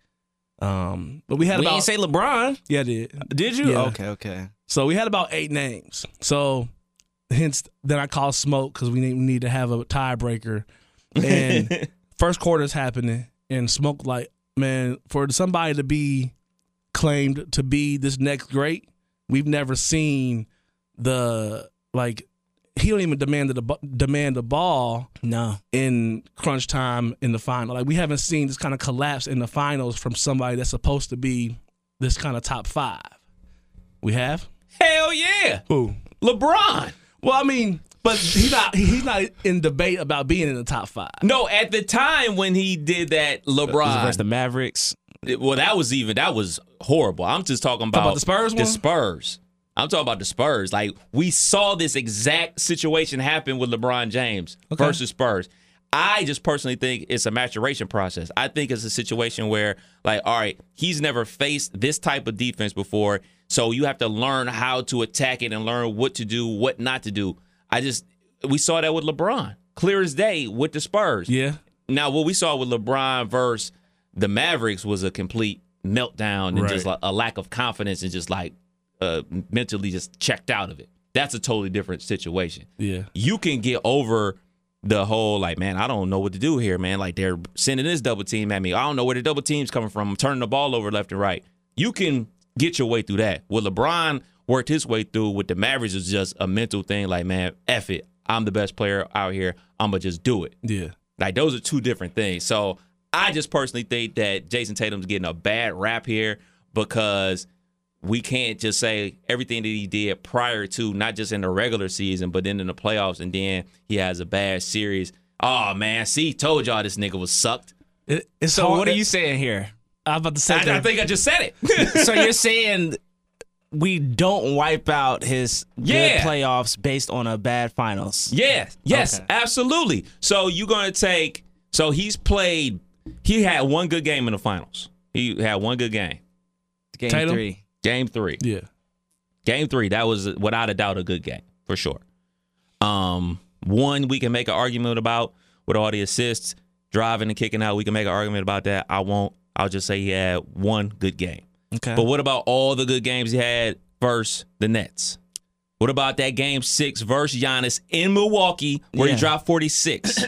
Speaker 5: Um,
Speaker 4: But we had
Speaker 5: we
Speaker 4: about
Speaker 5: didn't say LeBron,
Speaker 4: yeah, I did.
Speaker 5: did you?
Speaker 4: Yeah.
Speaker 5: Okay, okay.
Speaker 4: So we had about eight names. So hence then I called smoke because we need, we need to have a tiebreaker. And first quarter's happening, and smoke like man for somebody to be claimed to be this next great, we've never seen the like. He don't even demand the bu- demand the ball
Speaker 5: No,
Speaker 4: in crunch time in the final. Like we haven't seen this kind of collapse in the finals from somebody that's supposed to be this kind of top five. We have.
Speaker 3: Hell yeah,
Speaker 4: Who?
Speaker 3: LeBron.
Speaker 4: Well, I mean, but he's not he- he's not in debate about being in the top five.
Speaker 3: No, at the time when he did that, LeBron.
Speaker 5: versus the Mavericks.
Speaker 3: well, that was even that was horrible. I'm just talking about,
Speaker 4: about the Spurs
Speaker 3: The
Speaker 4: one?
Speaker 3: Spurs. I'm talking about the Spurs. Like we saw this exact situation happen with LeBron James versus Spurs. I just personally think it's a maturation process. I think it's a situation where, like, all right, he's never faced this type of defense before, so you have to learn how to attack it and learn what to do, what not to do. I just we saw that with LeBron, clear as day with the Spurs.
Speaker 4: Yeah.
Speaker 3: Now, what we saw with LeBron versus the Mavericks was a complete meltdown and just like a lack of confidence and just like uh, mentally just checked out of it. That's a totally different situation.
Speaker 4: Yeah.
Speaker 3: You can get over the whole like, man, I don't know what to do here, man. Like they're sending this double team at me. I don't know where the double team's coming from. I'm turning the ball over left and right. You can get your way through that. What LeBron worked his way through with the Mavericks is just a mental thing. Like, man, F it. I'm the best player out here. I'ma just do it.
Speaker 4: Yeah.
Speaker 3: Like those are two different things. So I just personally think that Jason Tatum's getting a bad rap here because we can't just say everything that he did prior to not just in the regular season, but then in the playoffs, and then he has a bad series. Oh man, see, told y'all this nigga was sucked.
Speaker 4: It, it's
Speaker 5: So
Speaker 4: hard-
Speaker 5: what are you saying here?
Speaker 4: I'm about to say
Speaker 3: I, I
Speaker 4: that.
Speaker 3: think I just said it.
Speaker 5: so you're saying we don't wipe out his
Speaker 3: Yeah.
Speaker 5: good playoffs based on a bad finals?
Speaker 3: Yes, yes,
Speaker 5: Okay.
Speaker 3: absolutely. So you're gonna take. So he's played. He had one good game in the finals. He had one good game.
Speaker 5: Game
Speaker 4: Tatum?
Speaker 5: three.
Speaker 3: Game three.
Speaker 4: yeah.
Speaker 3: Game three, that was without a doubt a good game for sure. Um, one we can make an argument about with all the assists, driving and kicking out. We can make an argument about that. I won't. I'll just say he had one good game.
Speaker 5: Okay.
Speaker 3: But what about all the good games he had versus the Nets? What about that game six versus Giannis in Milwaukee where
Speaker 5: Yeah.
Speaker 3: he dropped forty six?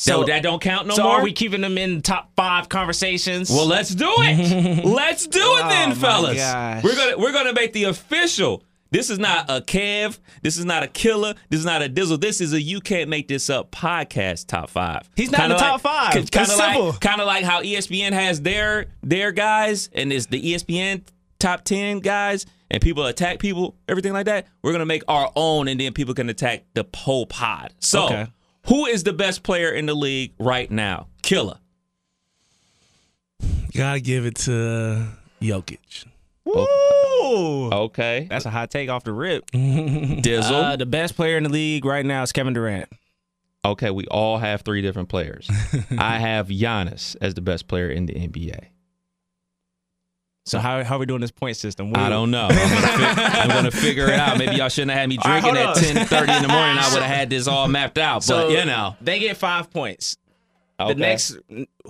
Speaker 3: so that don't count no
Speaker 5: so
Speaker 3: more.
Speaker 5: are we keeping them in top five conversations?
Speaker 3: Well, let's do it. let's do it
Speaker 5: Oh,
Speaker 3: then,
Speaker 5: my
Speaker 3: fellas.
Speaker 5: gosh.
Speaker 3: We're gonna we're gonna make the official. This is not a Kev. This is not a killer. This is not a Dizzle. This is a you can't make this up podcast top five.
Speaker 5: He's not in the top five. It's
Speaker 3: Kind of
Speaker 5: simple.
Speaker 3: like kind of like how E ESPN has their their guys and it's the E ESPN top ten guys and people attack people everything like that. We're gonna make our own and then people can attack the whole pod. So
Speaker 5: Okay.
Speaker 3: who is the best player in the league right now? Killer.
Speaker 4: Gotta give it to Jokic.
Speaker 5: Ooh.
Speaker 3: Oh. Okay.
Speaker 5: that's a hot take off the rip.
Speaker 3: Dizzle.
Speaker 5: Uh, the best player in the league right now is Kevin Durant.
Speaker 3: okay, we all have three different players. I have Giannis as the best player in the NBA.
Speaker 5: So how, how are we doing this point system?
Speaker 3: I don't know. I'm gonna, fi- I'm gonna figure it out. Maybe y'all shouldn't have had me
Speaker 5: All right,
Speaker 3: drinking
Speaker 5: hold
Speaker 3: at
Speaker 5: on.
Speaker 3: ten thirty in the morning. I would have had this all mapped out.
Speaker 5: So
Speaker 3: but you know,
Speaker 5: they get five points.
Speaker 3: Okay.
Speaker 5: The next,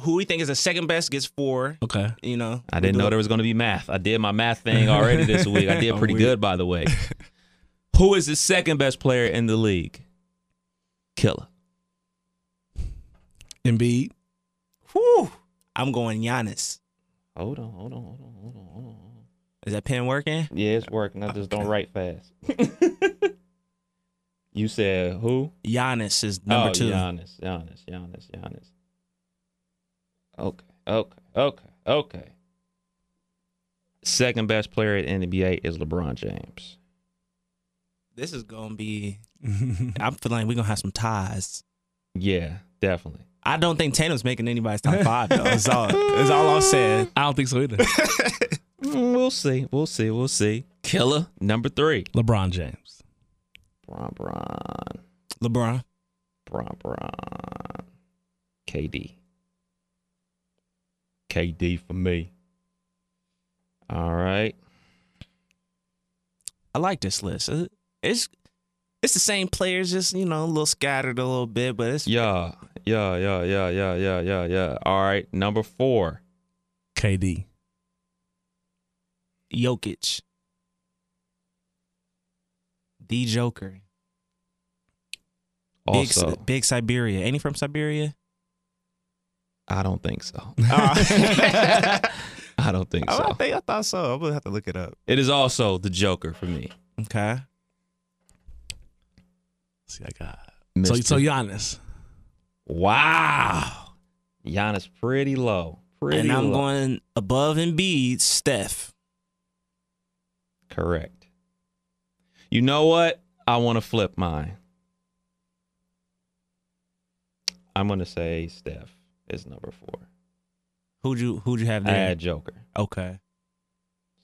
Speaker 5: who we think is the second best gets four.
Speaker 4: Okay.
Speaker 5: You know,
Speaker 3: I didn't know there was gonna be math. I did my math thing already this week. I did pretty good, by the way. Who is the second best player in the league? Killer.
Speaker 4: Embiid.
Speaker 5: Whew. I'm going Giannis.
Speaker 3: Hold on, hold on, hold on, hold on, hold on.
Speaker 5: Is that pen working?
Speaker 3: Yeah, it's working. I just don't write fast. you said who?
Speaker 5: Giannis is number
Speaker 3: oh,
Speaker 5: two.
Speaker 3: Giannis, Giannis, Giannis, Giannis. Okay, okay, okay, okay. Second best player at NBA is LeBron James.
Speaker 5: This is gonna be. I'm feeling we're gonna have some ties.
Speaker 3: Yeah, definitely.
Speaker 5: I don't think Tatum's making anybody's top five though. That's all. That's all I'm saying.
Speaker 4: I don't think so either.
Speaker 3: Mm, We'll see. We'll see. We'll see. Killer number three.
Speaker 4: LeBron James.
Speaker 3: Bron, Bron,
Speaker 5: LeBron.
Speaker 3: Bron, Bron. KD. KD for me. All right.
Speaker 5: I like this list. Uh, It's it's the same players, just you know, a little scattered a little bit, but it's
Speaker 3: Yeah, yeah, yeah, yeah, yeah, yeah, yeah, yeah. All right, number four,
Speaker 4: KD.
Speaker 5: Jokic. The Joker. Big,
Speaker 3: Also,
Speaker 5: big Siberia. Ain't he from Siberia?
Speaker 3: I don't think so.
Speaker 5: Uh,
Speaker 3: I don't think
Speaker 5: I
Speaker 3: so.
Speaker 5: think I thought so. I'm gonna have to look it up.
Speaker 3: It is also the Joker for me.
Speaker 5: Okay.
Speaker 4: See, I got. So, so
Speaker 3: Mr.
Speaker 4: Giannis.
Speaker 3: wow, Giannis pretty low. Pretty
Speaker 5: and I'm
Speaker 3: low.
Speaker 5: going above Embiid, Steph.
Speaker 3: correct. You know what? I want to flip mine. I'm gonna say Steph is number four.
Speaker 5: Who'd you who'd you have
Speaker 3: I
Speaker 5: there?
Speaker 3: had Joker,
Speaker 5: okay.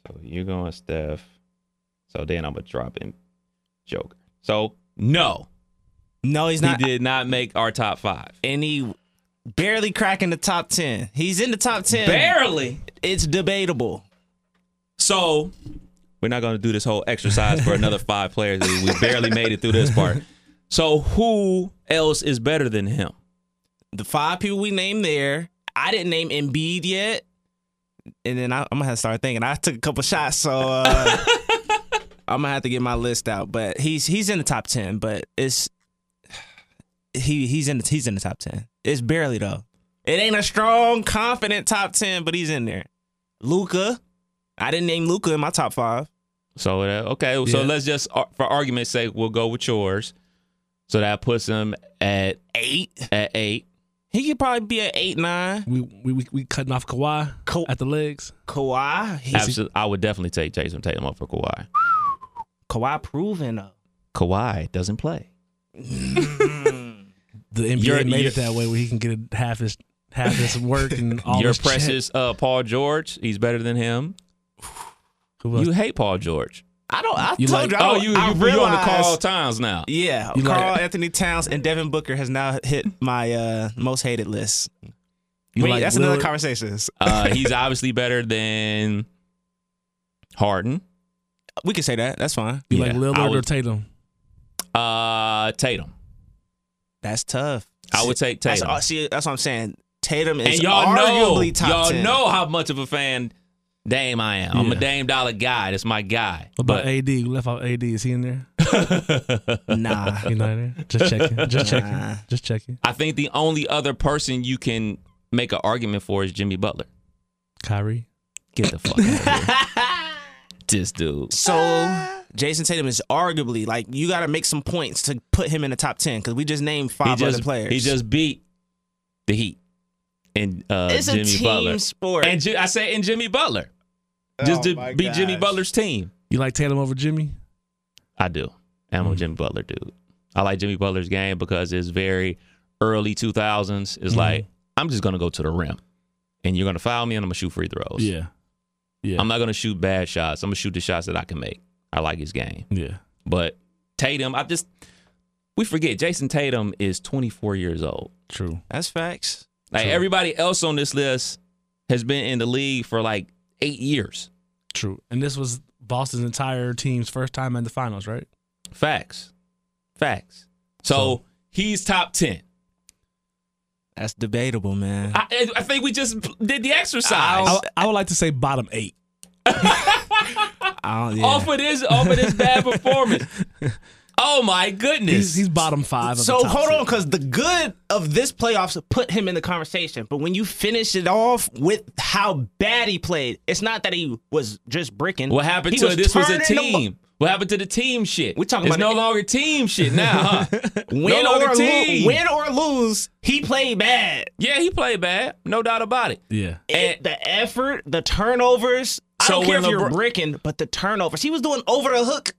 Speaker 3: so you're going Steph. So then I'm gonna drop in Joker. So no,
Speaker 5: No, he's
Speaker 3: he
Speaker 5: not.
Speaker 3: did not make our top five.
Speaker 5: And he barely cracking the top ten. He's in the top ten.
Speaker 3: Barely.
Speaker 5: It's debatable.
Speaker 3: So we're not going to do this whole exercise for another five players. We we barely made it through this part. So who else is better than him?
Speaker 5: The five people we named there. I didn't name Embiid yet. And then I, I'm gonna have to start thinking. I took a couple shots, so uh, I'm gonna have to get my list out. But he's he's in the top ten. But it's he he's in the, he's in the top ten. It's barely though. It ain't a strong, confident top ten, but he's in there. Luca, I didn't name Luca in my top five.
Speaker 3: So uh, okay, so
Speaker 5: Yeah.
Speaker 3: let's just uh, for argument's sake, we'll go with yours. So that puts him at
Speaker 5: Eight.
Speaker 3: at eight.
Speaker 5: He could probably be at eight nine.
Speaker 4: We we we, we cutting off Kawhi
Speaker 5: Cool.
Speaker 4: at the legs.
Speaker 5: Kawhi, he's
Speaker 3: Absolutely, I would definitely take Jason Tatum over Kawhi.
Speaker 5: Kawhi proven though.
Speaker 3: Kawhi doesn't play.
Speaker 4: The NBA
Speaker 3: You're-
Speaker 4: made
Speaker 3: you're-
Speaker 4: it that way where he can get a, half his half his work and all
Speaker 3: Your
Speaker 4: his check.
Speaker 3: precious uh, Paul George, he's better than him.
Speaker 4: Who else?
Speaker 3: You hate Paul George.
Speaker 5: I don't. I
Speaker 4: You
Speaker 5: told
Speaker 4: like-
Speaker 5: you. I,
Speaker 3: oh, you you,
Speaker 5: I
Speaker 3: you on the Carl
Speaker 5: realized-
Speaker 3: Times now.
Speaker 5: Yeah,
Speaker 4: You like-
Speaker 5: Carl Anthony Towns and Devin Booker has now hit my uh, most hated list.
Speaker 4: You
Speaker 5: Wait,
Speaker 4: like
Speaker 5: that's
Speaker 4: Lillard?
Speaker 5: another conversation.
Speaker 3: Uh, he's obviously better than Harden.
Speaker 5: We can say that. That's fine.
Speaker 4: You
Speaker 3: Yeah,
Speaker 4: like
Speaker 3: I
Speaker 4: Lillard or
Speaker 3: would-
Speaker 4: Tatum?
Speaker 3: Uh, Tatum.
Speaker 5: That's tough.
Speaker 3: I would take
Speaker 5: That's,
Speaker 3: Tatum.
Speaker 5: uh, see, that's what I'm saying. Tatum
Speaker 3: and
Speaker 5: is
Speaker 3: y'all know,
Speaker 5: arguably top
Speaker 3: y'all
Speaker 5: 10.
Speaker 3: know how much of a fan Dame I am. I'm a
Speaker 4: Yeah.
Speaker 3: Dame Dollar guy. That's my guy.
Speaker 4: What about AD? We left out AD. Is he in there?
Speaker 5: Nah.
Speaker 4: You not in there? Just checking. Just
Speaker 5: Nah.
Speaker 4: checking. Just checking.
Speaker 3: I think the only other person you can make an argument for is Jimmy Butler.
Speaker 4: Kyrie.
Speaker 3: Get the fuck out of here. This dude.
Speaker 5: so Jason Tatum is arguably like you got to make some points to put him in the top ten because we just named
Speaker 3: He
Speaker 5: five
Speaker 3: just,
Speaker 5: other players.
Speaker 3: he just beat the Heat and uh,
Speaker 5: it's
Speaker 3: Jimmy
Speaker 5: a team
Speaker 3: Butler.
Speaker 5: sport.
Speaker 3: And Ji- I said, and Jimmy Butler. Just
Speaker 5: Oh
Speaker 3: to
Speaker 5: my
Speaker 3: beat Jimmy
Speaker 5: gosh.
Speaker 3: Butler's team.
Speaker 4: You like Tatum over Jimmy?
Speaker 3: I do. I'm
Speaker 4: Mm-hmm.
Speaker 3: a Jimmy Butler dude. I like Jimmy Butler's game because it's very early 2000s. It's
Speaker 4: Mm-hmm.
Speaker 3: like, I'm just going to go to the rim and you're going to foul me and I'm going to shoot free throws.
Speaker 4: Yeah.
Speaker 3: I'm not going to shoot bad shots. I'm going to shoot the shots that I can make. I like his game.
Speaker 4: yeah.
Speaker 3: But Tatum, I just, we forget Jason Tatum is 24 years old.
Speaker 4: True.
Speaker 5: that's facts.
Speaker 3: Like
Speaker 4: True.
Speaker 3: everybody else on this list has been in the league for like eight years.
Speaker 4: True. And this was Boston's entire team's first time in the finals, right?
Speaker 3: Facts. Facts. So,
Speaker 4: So-
Speaker 3: he's top 10.
Speaker 5: That's debatable, man.
Speaker 3: I, I- I think we just did the exercise.
Speaker 4: I, I would like to say bottom eight.
Speaker 5: I don't, yeah.
Speaker 3: off of this off of this bad performance. Oh my goodness.
Speaker 4: He's, he's bottom five. Of
Speaker 5: So
Speaker 4: the top
Speaker 5: hold
Speaker 4: six.
Speaker 5: on, because the good of this playoffs put him in the conversation. But when you finish it off with how bad he played, it's not that he was just bricking.
Speaker 3: what happened
Speaker 5: He
Speaker 3: to this was a
Speaker 5: turning the ball-
Speaker 3: team. what happened to the team shit?
Speaker 5: We talking
Speaker 3: it's
Speaker 5: about
Speaker 3: no
Speaker 5: the-
Speaker 3: longer team shit now, huh?
Speaker 5: win
Speaker 3: no longer
Speaker 5: or lose,
Speaker 3: team.
Speaker 5: win or lose, he played bad.
Speaker 3: Yeah, he played bad, no doubt about it.
Speaker 4: Yeah.
Speaker 3: And-
Speaker 5: the effort, the turnovers. I
Speaker 3: So
Speaker 5: don't care if
Speaker 3: when
Speaker 5: you're
Speaker 3: LeBron-
Speaker 5: bricking, but the turnovers. He was doing over the hook,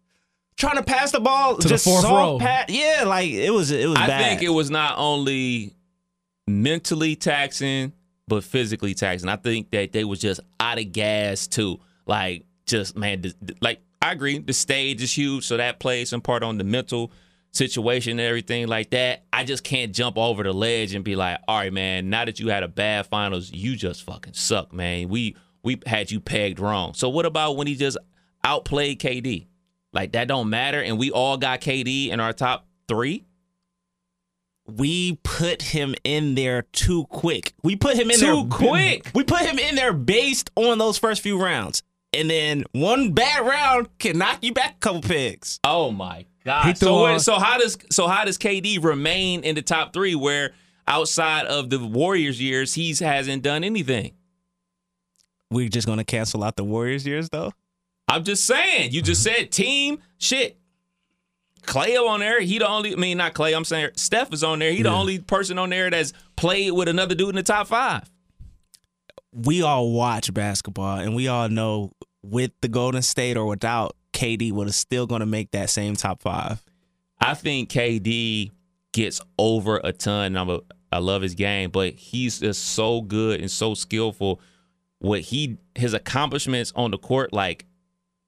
Speaker 5: trying to pass the ball
Speaker 4: the
Speaker 5: just
Speaker 4: fourth
Speaker 5: soft
Speaker 4: row.
Speaker 5: pass. Yeah, like it was. It was
Speaker 3: I
Speaker 5: bad.
Speaker 3: think it was not only mentally taxing, but physically taxing. I think that they was just out of gas too. Like just man, th- th- like I agree. The stage is huge, so that plays some part on the mental situation and everything like that. I just can't jump over the ledge and be like, all right, man. Now that you had a bad finals, you just fucking suck, man. We we had you pegged wrong. So what about when he just outplayed KD? Like that don't matter, and we all got KD in our top three.
Speaker 5: we put him in there too quick. We put him in
Speaker 3: Too
Speaker 5: there
Speaker 3: quick?
Speaker 5: We put him in there based on those first few rounds. and then one bad round can knock you back a couple picks.
Speaker 3: Oh my
Speaker 4: He
Speaker 3: god!
Speaker 4: threw
Speaker 3: So
Speaker 4: a-
Speaker 3: what, so how does so how does KD remain in the top three? Where outside of the Warriors years, he's hasn't done anything.
Speaker 5: We're just gonna cancel out the Warriors years though.
Speaker 3: I'm just saying. You just said team shit. Clay on there. He the only. I mean, not Clay. I'm saying Steph is on there. He the only person on there that's played with another dude in the top five.
Speaker 5: We all watch basketball and we all know with the Golden State or without, KD would have still gonna make that same top five.
Speaker 3: I think KD gets over a ton. I'm a, I love his game, but he's just so good and so skillful. What he his accomplishments on the court, like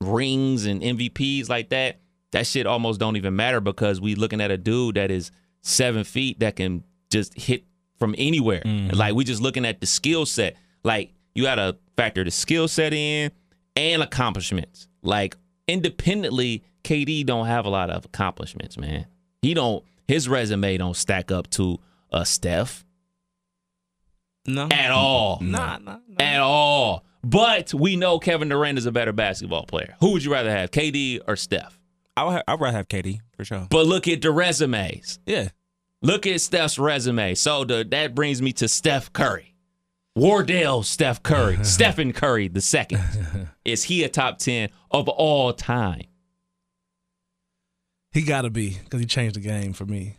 Speaker 3: rings and MVPs like that, that shit almost don't even matter because we looking at a dude that is seven feet that can just hit from anywhere.
Speaker 5: Mm-hmm.
Speaker 3: Like we just looking at the skill set. Like you gotta factor the skill set in and accomplishments. Like independently, KD don't have a lot of accomplishments, man. He don't his resume don't stack up to a Steph
Speaker 5: No.
Speaker 3: at all.
Speaker 5: Nah, nah, nah.
Speaker 3: At all. But we know Kevin Durant is a better basketball player. Who would you rather have, KD or Steph?
Speaker 5: I would have, I'd rather have KD for sure.
Speaker 3: But look at the resumes.
Speaker 5: Yeah.
Speaker 3: Look at Steph's resume. So the, that brings me to Steph Curry. Wardell Steph Curry. Stephen Curry the second. Is he a top 10 of all time?
Speaker 4: He gotta be because he changed the game for me.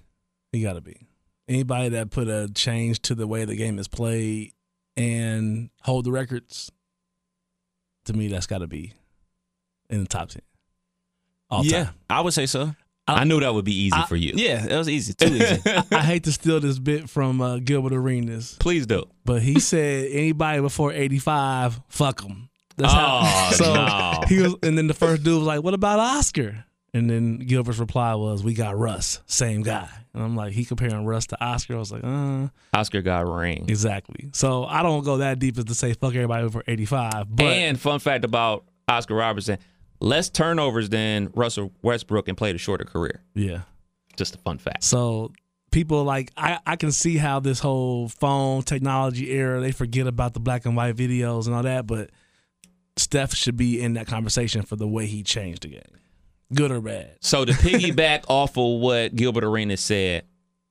Speaker 4: He gotta be. Anybody that put a change to the way the game is played and hold the records, to me, that's gotta be in the top ten. All
Speaker 5: yeah.
Speaker 4: time.
Speaker 5: I would say so.
Speaker 3: I knew that would be easy for you.
Speaker 5: Yeah, that was easy. Too easy.
Speaker 4: I hate to steal this bit from uh, Gilbert Arenas,
Speaker 3: Please do.
Speaker 4: but he said anybody before eighty five, fuck them. That's
Speaker 3: Oh,
Speaker 4: so
Speaker 3: no.
Speaker 4: he was, and then the first dude was like, "What about Oscar?" And then Gilbert's reply was, "We got Russ, same guy." And I'm like, he comparing Russ to Oscar. I was like, uh,
Speaker 3: Oscar got a ring.
Speaker 4: exactly. So I don't go that deep as to say fuck everybody over 85, but
Speaker 3: and fun fact about Oscar Robertson: less turnovers than Russell Westbrook and played a shorter career.
Speaker 4: yeah.
Speaker 3: Just a fun fact.
Speaker 4: So people like I, I can see how this whole phone technology era they forget about the black and white videos and all that, but Steph should be in that conversation for the way he changed the game, good or bad.
Speaker 3: So to piggyback off of what Gilbert Arenas said,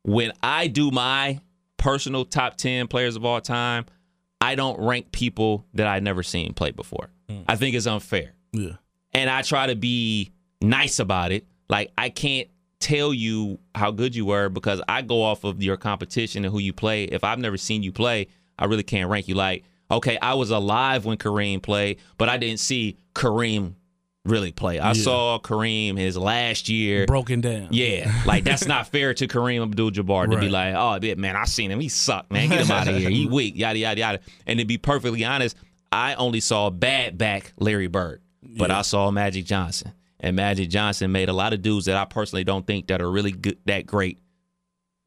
Speaker 3: when I do my personal top ten players of all time, I don't rank people that I never seen play before. I think it's unfair.
Speaker 4: Yeah,
Speaker 3: and I try to be nice about it. Like I can't tell you how good you were because I go off of your competition and who you play. If I've never seen you play, I really can't rank you. Like, okay, I was alive when Kareem played, but I didn't see Kareem really play. I saw Kareem his last year.
Speaker 4: broken down.
Speaker 3: Yeah, like that's not fair to Kareem Abdul-Jabbar to be like, oh, yeah, man, I seen him. He sucked, man. Get him out of here. He weak. Yada yada yada. And to be perfectly honest, I only saw bad back Larry Bird, but I saw Magic Johnson, and Magic Johnson made a lot of dudes that I personally don't think that are really good, that great,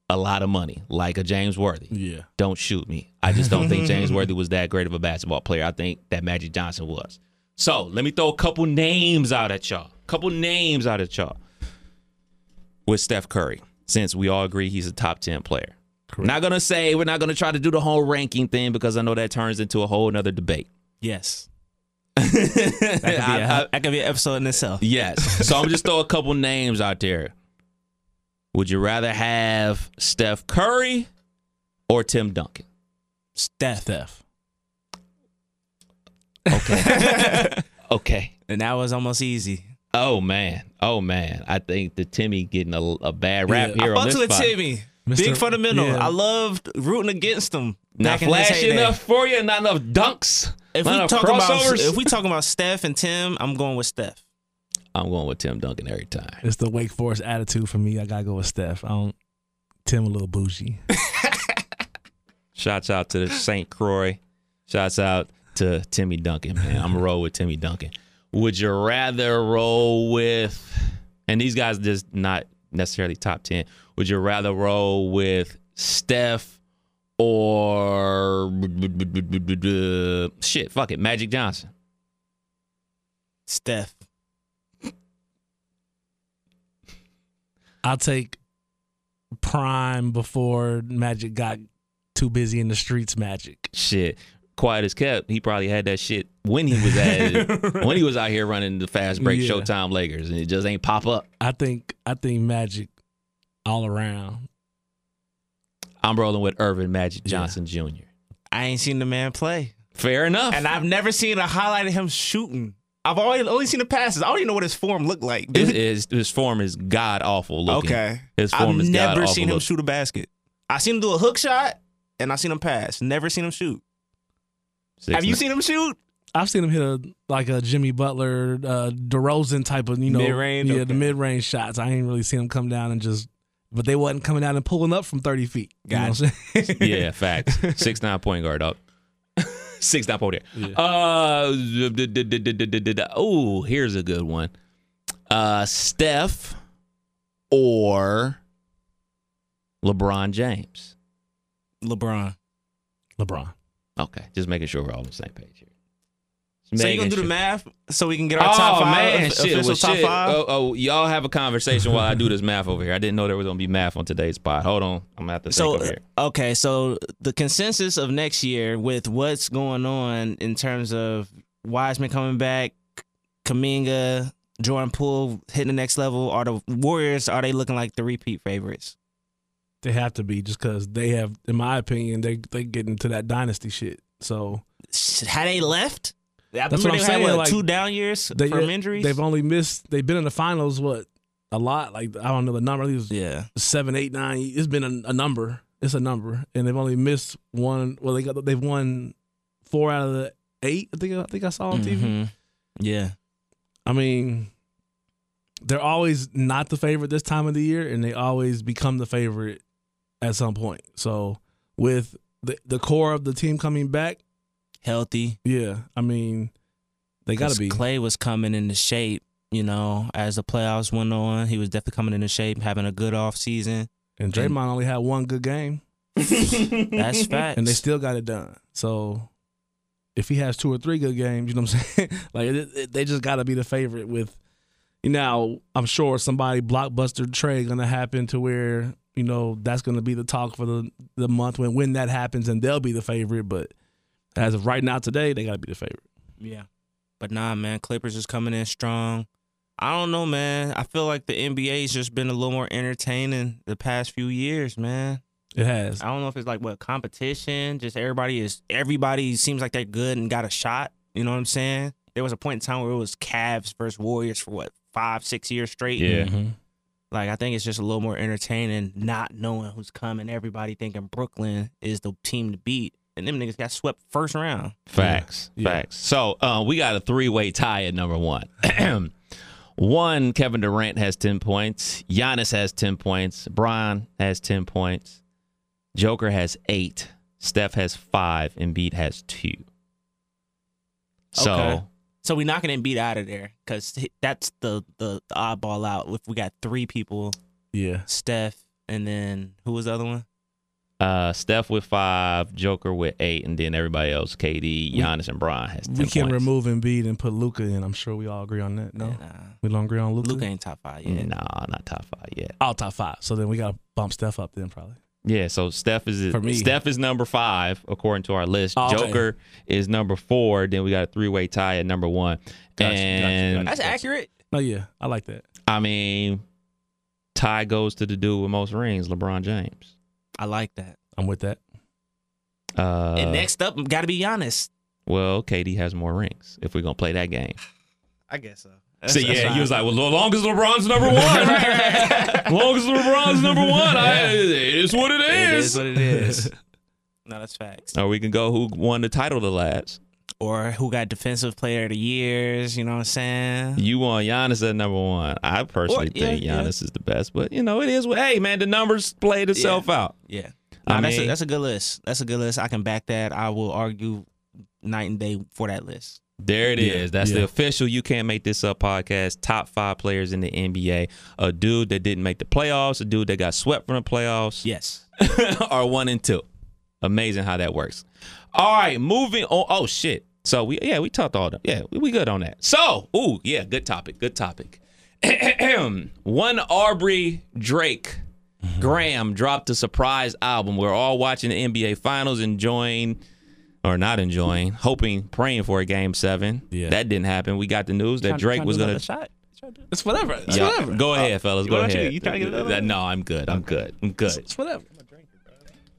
Speaker 3: a lot of money, like a James Worthy.
Speaker 4: yeah.
Speaker 3: Don't shoot me. I just don't think James Worthy was that great of a basketball player. I think that Magic Johnson was. So let me throw a couple names out at y'all. Couple names out at y'all. With Steph Curry, since we all agree he's a top 10 player. Not gonna say we're not gonna try to do the whole ranking thing because I know that turns into a whole nother debate.
Speaker 5: yes. that, could be
Speaker 3: I-
Speaker 5: a-
Speaker 3: I-
Speaker 5: that could be an episode in itself.
Speaker 3: Yes. So I'm just throw a couple names out there. Would you rather have Steph Curry or Tim Duncan?
Speaker 5: Steph.
Speaker 4: Steph.
Speaker 3: Okay.
Speaker 5: And that was almost easy.
Speaker 3: Oh man, oh man! I think the Timmy getting a, a bad rap
Speaker 4: Yeah.
Speaker 3: here on
Speaker 5: Fuck
Speaker 3: this
Speaker 5: with
Speaker 3: spot.
Speaker 5: Timmy.
Speaker 4: Mr.
Speaker 5: Big fundamental.
Speaker 4: Yeah.
Speaker 5: I loved rooting against him.
Speaker 3: Not
Speaker 5: back in his
Speaker 3: flashy
Speaker 5: heyday.
Speaker 3: enough for you, not enough dunks,
Speaker 5: If
Speaker 3: not
Speaker 5: we
Speaker 3: enough
Speaker 5: talk about
Speaker 3: crossovers.
Speaker 5: if we talking about Steph and Tim, I'm going with Steph.
Speaker 3: I'm going with Tim Duncan every time.
Speaker 4: It's the Wake Forest attitude for me. I gotta go with Steph. I don't. Tim a little bougie.
Speaker 3: Shouts out to St. Croix. Shouts out to Timmy Duncan, man. I'm going roll with Timmy Duncan. Would you rather roll with? And these guys just not necessarily top ten. Would you rather roll with Steph or shit? Fuck it, Magic Johnson.
Speaker 5: Steph.
Speaker 4: I'll take prime before Magic got too busy in the streets. Magic.
Speaker 3: shit. quiet as kept, he probably had that shit when he was at when he was out here running the fast break
Speaker 4: Yeah.
Speaker 3: Showtime Lakers, and it just ain't pop up.
Speaker 4: I think I think Magic all around.
Speaker 3: I'm rolling with Irvin Magic Johnson Jr.
Speaker 5: I ain't seen the man play,
Speaker 3: Fair enough.
Speaker 5: and I've never seen a highlight of him shooting. I've always only seen the passes. I don't even know what his form looked like.
Speaker 3: his,
Speaker 5: dude.
Speaker 3: his, his form is god awful looking.
Speaker 5: Okay,
Speaker 3: his form
Speaker 5: I've
Speaker 3: is god
Speaker 5: never
Speaker 3: awful.
Speaker 5: seen him shoot a basket. I seen him do a hook shot, and I seen him pass. Never seen him shoot. Have you seen him shoot?
Speaker 4: I've seen him hit a like a Jimmy Butler, uh, DeRozan type of you know
Speaker 5: Mid-range?
Speaker 4: yeah,
Speaker 5: Okay.
Speaker 4: the mid range shots. I ain't really seen him come down and just, but they wasn't coming down and pulling up from thirty feet. You know what I'm saying?
Speaker 3: yeah, facts. Six nine point guard up. Six nine point guard. Uh, d- d- d- d- d- d- d- d- oh, here's a good one. Uh, Steph or LeBron James.
Speaker 5: LeBron.
Speaker 4: LeBron.
Speaker 3: Okay, just making sure we're all on the same page here.
Speaker 5: So you gonna
Speaker 3: Making
Speaker 5: do the
Speaker 3: sure.
Speaker 5: math so we can get our
Speaker 3: Oh
Speaker 5: top five
Speaker 3: man,
Speaker 5: of-
Speaker 3: shit,
Speaker 5: official
Speaker 3: well,
Speaker 5: top
Speaker 3: shit.
Speaker 5: five?
Speaker 3: Oh, oh, y'all have a conversation while I do this math over here. I didn't know there was gonna be math on today's pod. Hold on, I'm gonna have to
Speaker 5: So uh,
Speaker 3: think over here.
Speaker 5: okay, so the consensus of next year with what's going on in terms of Wiseman coming back, Kaminga, Jordan Poole hitting the next level, are the Warriors are they looking like the repeat favorites?
Speaker 4: They have to be just because they have, in my opinion, they they get into that dynasty shit. So
Speaker 5: Shit, Had they left? I
Speaker 4: That's
Speaker 5: remember
Speaker 4: what I'm
Speaker 5: they
Speaker 4: saying,
Speaker 5: Had, what,
Speaker 4: like,
Speaker 5: two down years
Speaker 4: they
Speaker 5: from injuries.
Speaker 4: They've only missed. They've been in the finals what a lot. Like I don't know the number. I think it was
Speaker 5: yeah,
Speaker 4: seven, eight, nine. It's been a, a number. It's a number, and they've only missed one. Well, they got they've won four out of the eight. I think I think I saw on TV.
Speaker 5: Mhm. yeah.
Speaker 4: I mean, they're always not the favorite this time of the year, and they always become the favorite at some point. So with the the core of the team coming back,
Speaker 5: Healthy.
Speaker 4: yeah, I mean, they got
Speaker 5: 'Cause
Speaker 4: to be.
Speaker 5: Clay was coming into shape, you know, as the playoffs went on. He was definitely coming into shape, having a good off season.
Speaker 4: And Draymond only had one good game,
Speaker 5: That's facts.
Speaker 4: and they still got it done. So if he has two or three good games, you know what I'm saying? like it, it- they just got to be the favorite. With now, I'm sure somebody blockbuster trade gonna happen to where you know that's gonna be the talk for the the month when when that happens, and they'll be the favorite. But as of right now, today they gotta be the favorite.
Speaker 5: yeah. But nah, man, Clippers is coming in strong. I don't know, man. I feel like the NBA's just been a little more entertaining the past few years, man.
Speaker 4: It has.
Speaker 5: I don't know if it's like what competition, just everybody is everybody seems like they're good and got a shot. You know what I'm saying? There was a point in time where it was Cavs versus Warriors for what five, six years straight.
Speaker 3: Yeah.
Speaker 5: Like I think it's just a little more entertaining not knowing who's coming. Everybody thinking Brooklyn is the team to beat, and them niggas got swept first round.
Speaker 3: Facts. Facts. So uh, we got a three way tie at number one. one, Kevin Durant has 10 points. Giannis has 10 points. Brian has 10 points. Joker has eight. Steph has five. And Embiid has two. So,
Speaker 5: Okay. So we knocking Embiid out of there because that's the, the the oddball out. If we got three people,
Speaker 4: Yeah.
Speaker 5: Steph, and then who was the other one?
Speaker 3: uh, Steph with five, Joker with eight, and then everybody else, KD, Giannis, and Brian has 10
Speaker 4: We can
Speaker 3: points.
Speaker 4: remove Embiid and put Luca in. I'm sure we all agree on that. No,
Speaker 5: Nah,
Speaker 4: we don't agree on Luca.
Speaker 5: Luke ain't top five yet.
Speaker 3: Nah, not top five yet.
Speaker 4: All top five. So then we gotta bump Steph up then probably.
Speaker 3: Yeah, so Steph is
Speaker 4: For me.
Speaker 3: Steph is number five according to our list.
Speaker 4: Oh, okay.
Speaker 3: Joker is number four. Then we got a three way tie at number one.
Speaker 4: Gotcha,
Speaker 3: and
Speaker 5: That's accurate.
Speaker 4: Oh yeah, I like that.
Speaker 3: I mean, tie goes to the dude with most rings, LeBron James.
Speaker 5: I like that.
Speaker 4: I'm with that.
Speaker 3: Uh,
Speaker 5: and next up, got to be Giannis.
Speaker 3: well, KD has more rings. If we're gonna play that game,
Speaker 5: I guess so.
Speaker 3: See, yeah, he was like, well, as long as LeBron's number one, as long as LeBron's number one, I, it is what it
Speaker 5: it
Speaker 3: is.
Speaker 5: is what it is. no, that's facts.
Speaker 3: or we can go who won the title the last.
Speaker 5: or who got defensive player of the years, you know what I'm saying?
Speaker 3: You want Giannis at number one. I personally
Speaker 5: Or- yeah,
Speaker 3: think
Speaker 5: yeah.
Speaker 3: Giannis is the best, but you know it is. what- Hey, man, the numbers played itself out.
Speaker 5: Yeah.
Speaker 3: I
Speaker 5: Nah, that's, a,
Speaker 3: mean-
Speaker 5: that's a good list. That's a good list. I can back that. I will argue night and day for that list.
Speaker 3: There it is.
Speaker 4: Yeah,
Speaker 3: That's the
Speaker 4: yeah.
Speaker 3: official. You can't make this up podcast. Top five players in the NBA. A dude that didn't make the playoffs. A dude that got swept from the playoffs.
Speaker 5: Yes.
Speaker 3: are one and two. Amazing how that works. All right, moving on. Oh shit. So we yeah we talked all that. Yeah, we, we good on that. So ooh yeah, good topic. Good topic. one Aubrey Drake Graham dropped a surprise album. We're all watching the NBA Finals, enjoying or not enjoying, hoping, praying for a game seven.
Speaker 4: Yeah.
Speaker 3: That didn't happen. We got the news that
Speaker 5: Tryna-
Speaker 3: Drake
Speaker 5: tryna
Speaker 3: was
Speaker 5: do
Speaker 3: gonna.
Speaker 5: another shot.
Speaker 4: It's whatever. It's
Speaker 3: Yeah.
Speaker 4: whatever.
Speaker 3: Go ahead, fellas. Go
Speaker 5: want Oh, you-
Speaker 3: ahead.
Speaker 5: you tryna get another
Speaker 3: That-
Speaker 5: one?
Speaker 3: no, I'm good. I'm good. I'm good.
Speaker 4: It's whatever.